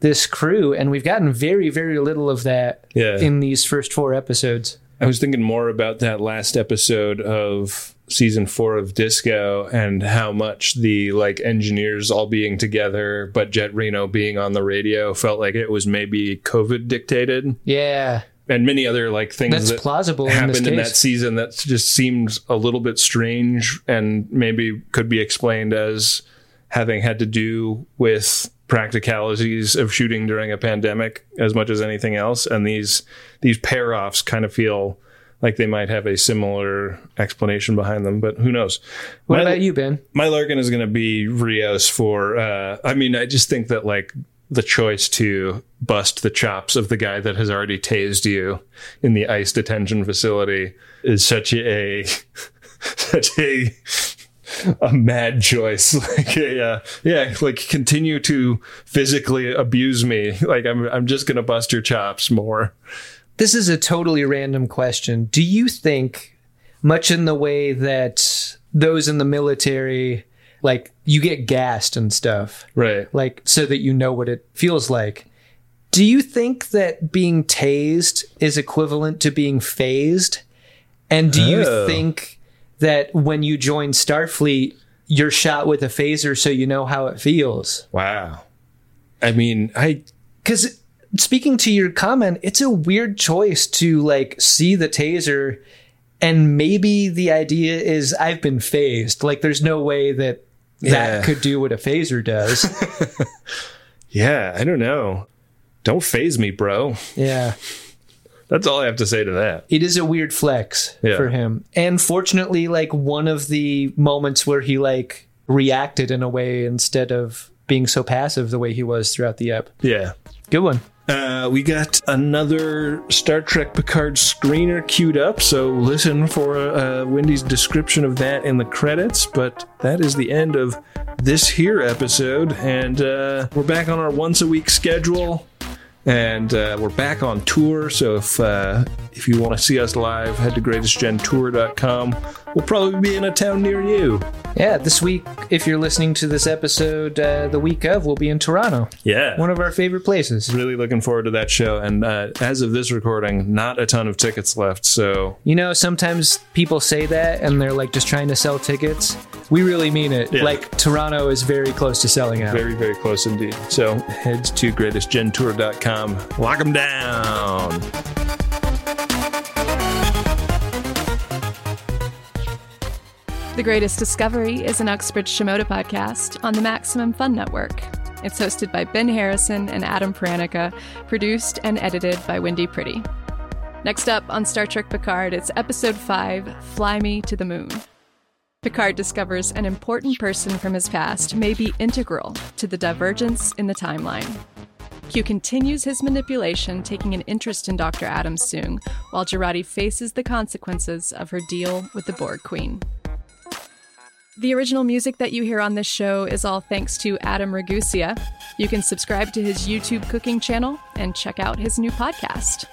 E: this crew and we've gotten very very little of that
A: Yeah.
E: in these first four episodes.
A: I was thinking more about that last episode of season four of Disco and how much the like engineers all being together, but Jet Reno being on the radio felt like it was maybe COVID dictated.
E: Yeah.
A: And many other like things
E: That's
A: that
E: plausible in
A: happened
E: this
A: in
E: case.
A: that season that just seemed a little bit strange and maybe could be explained as having had to do with practicalities of shooting during a pandemic as much as anything else. And these these pair offs kind of feel like they might have a similar explanation behind them, but who knows?
E: What
A: My-
E: about you, Ben?
A: my Larkin is going to be Rios for. Uh, I mean, I just think that like the choice to bust the chops of the guy that has already tased you in the ICE detention facility is such a such a a mad choice. like a, uh, yeah, like continue to physically abuse me. Like I'm I'm just going to bust your chops more.
E: This is a totally random question. Do you think, much in the way that those in the military, like you get gassed and stuff,
A: right?
E: Like so that you know what it feels like. Do you think that being tased is equivalent to being phased? And do you
A: Oh.
E: think that when you join Starfleet, you're shot with a phaser so you know how it feels?
A: Wow. I mean, I
E: because speaking to your comment, it's a weird choice to like see the taser, and maybe the idea is I've been phased. Like, there's no way that
A: Yeah.
E: that could do what a phaser does.
A: Yeah, I don't know. Don't phase me, bro.
E: yeah,
A: That's all I have to say to that.
E: it is a weird flex
A: Yeah.
E: for him. And fortunately, like one of the moments where he like reacted in a way instead of being so passive the way he was throughout the ep.
A: Yeah.
E: Good one.
A: Uh, we got another Star Trek Picard screener queued up, so listen for uh, Wendy's description of that in the credits. But that is the end of this here episode, and uh, we're back on our once a week schedule, and uh, we're back on tour. So if uh, if you want to see us live, head to greatestgentour.com. We'll probably be in a town near you.
E: Yeah, this week, if you're listening to this episode, uh, the week of, we'll be in Toronto.
A: Yeah.
E: One of our favorite places.
A: Really looking forward to that show. And uh, as of this recording, not a ton of tickets left. So
E: You know, sometimes people say that and they're like just trying to sell tickets. We really mean it.
A: Yeah.
E: Like Toronto is very close to selling out.
A: very, very close indeed. So head to greatestgentour.com. Lock them down.
M: The Greatest Discovery is an Uxbridge Shimoda podcast on the Maximum Fun Network. It's hosted by Ben Harrison and Adam Pranica, produced and edited by Wendy Pretty. Next up on Star Trek Picard, it's Episode 5 Fly Me to the Moon. Picard discovers an important person from his past may be integral to the divergence in the timeline. Q continues his manipulation, taking an interest in Dr. Adams soon, while Girardi faces the consequences of her deal with the Borg Queen. The original music that you hear on this show is all thanks to Adam Ragusia. You can subscribe to his YouTube cooking channel and check out his new podcast.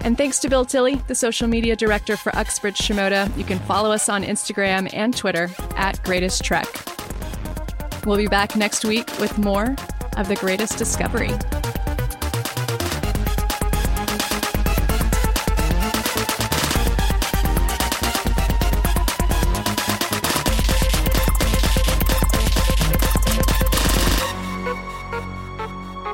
M: And thanks to Bill Tilley, the social media director for Uxbridge Shimoda. You can follow us on Instagram and Twitter at Greatest Trek. We'll be back next week with more of The Greatest Discovery.
D: MaximumFun.org.
O: Comedy and culture.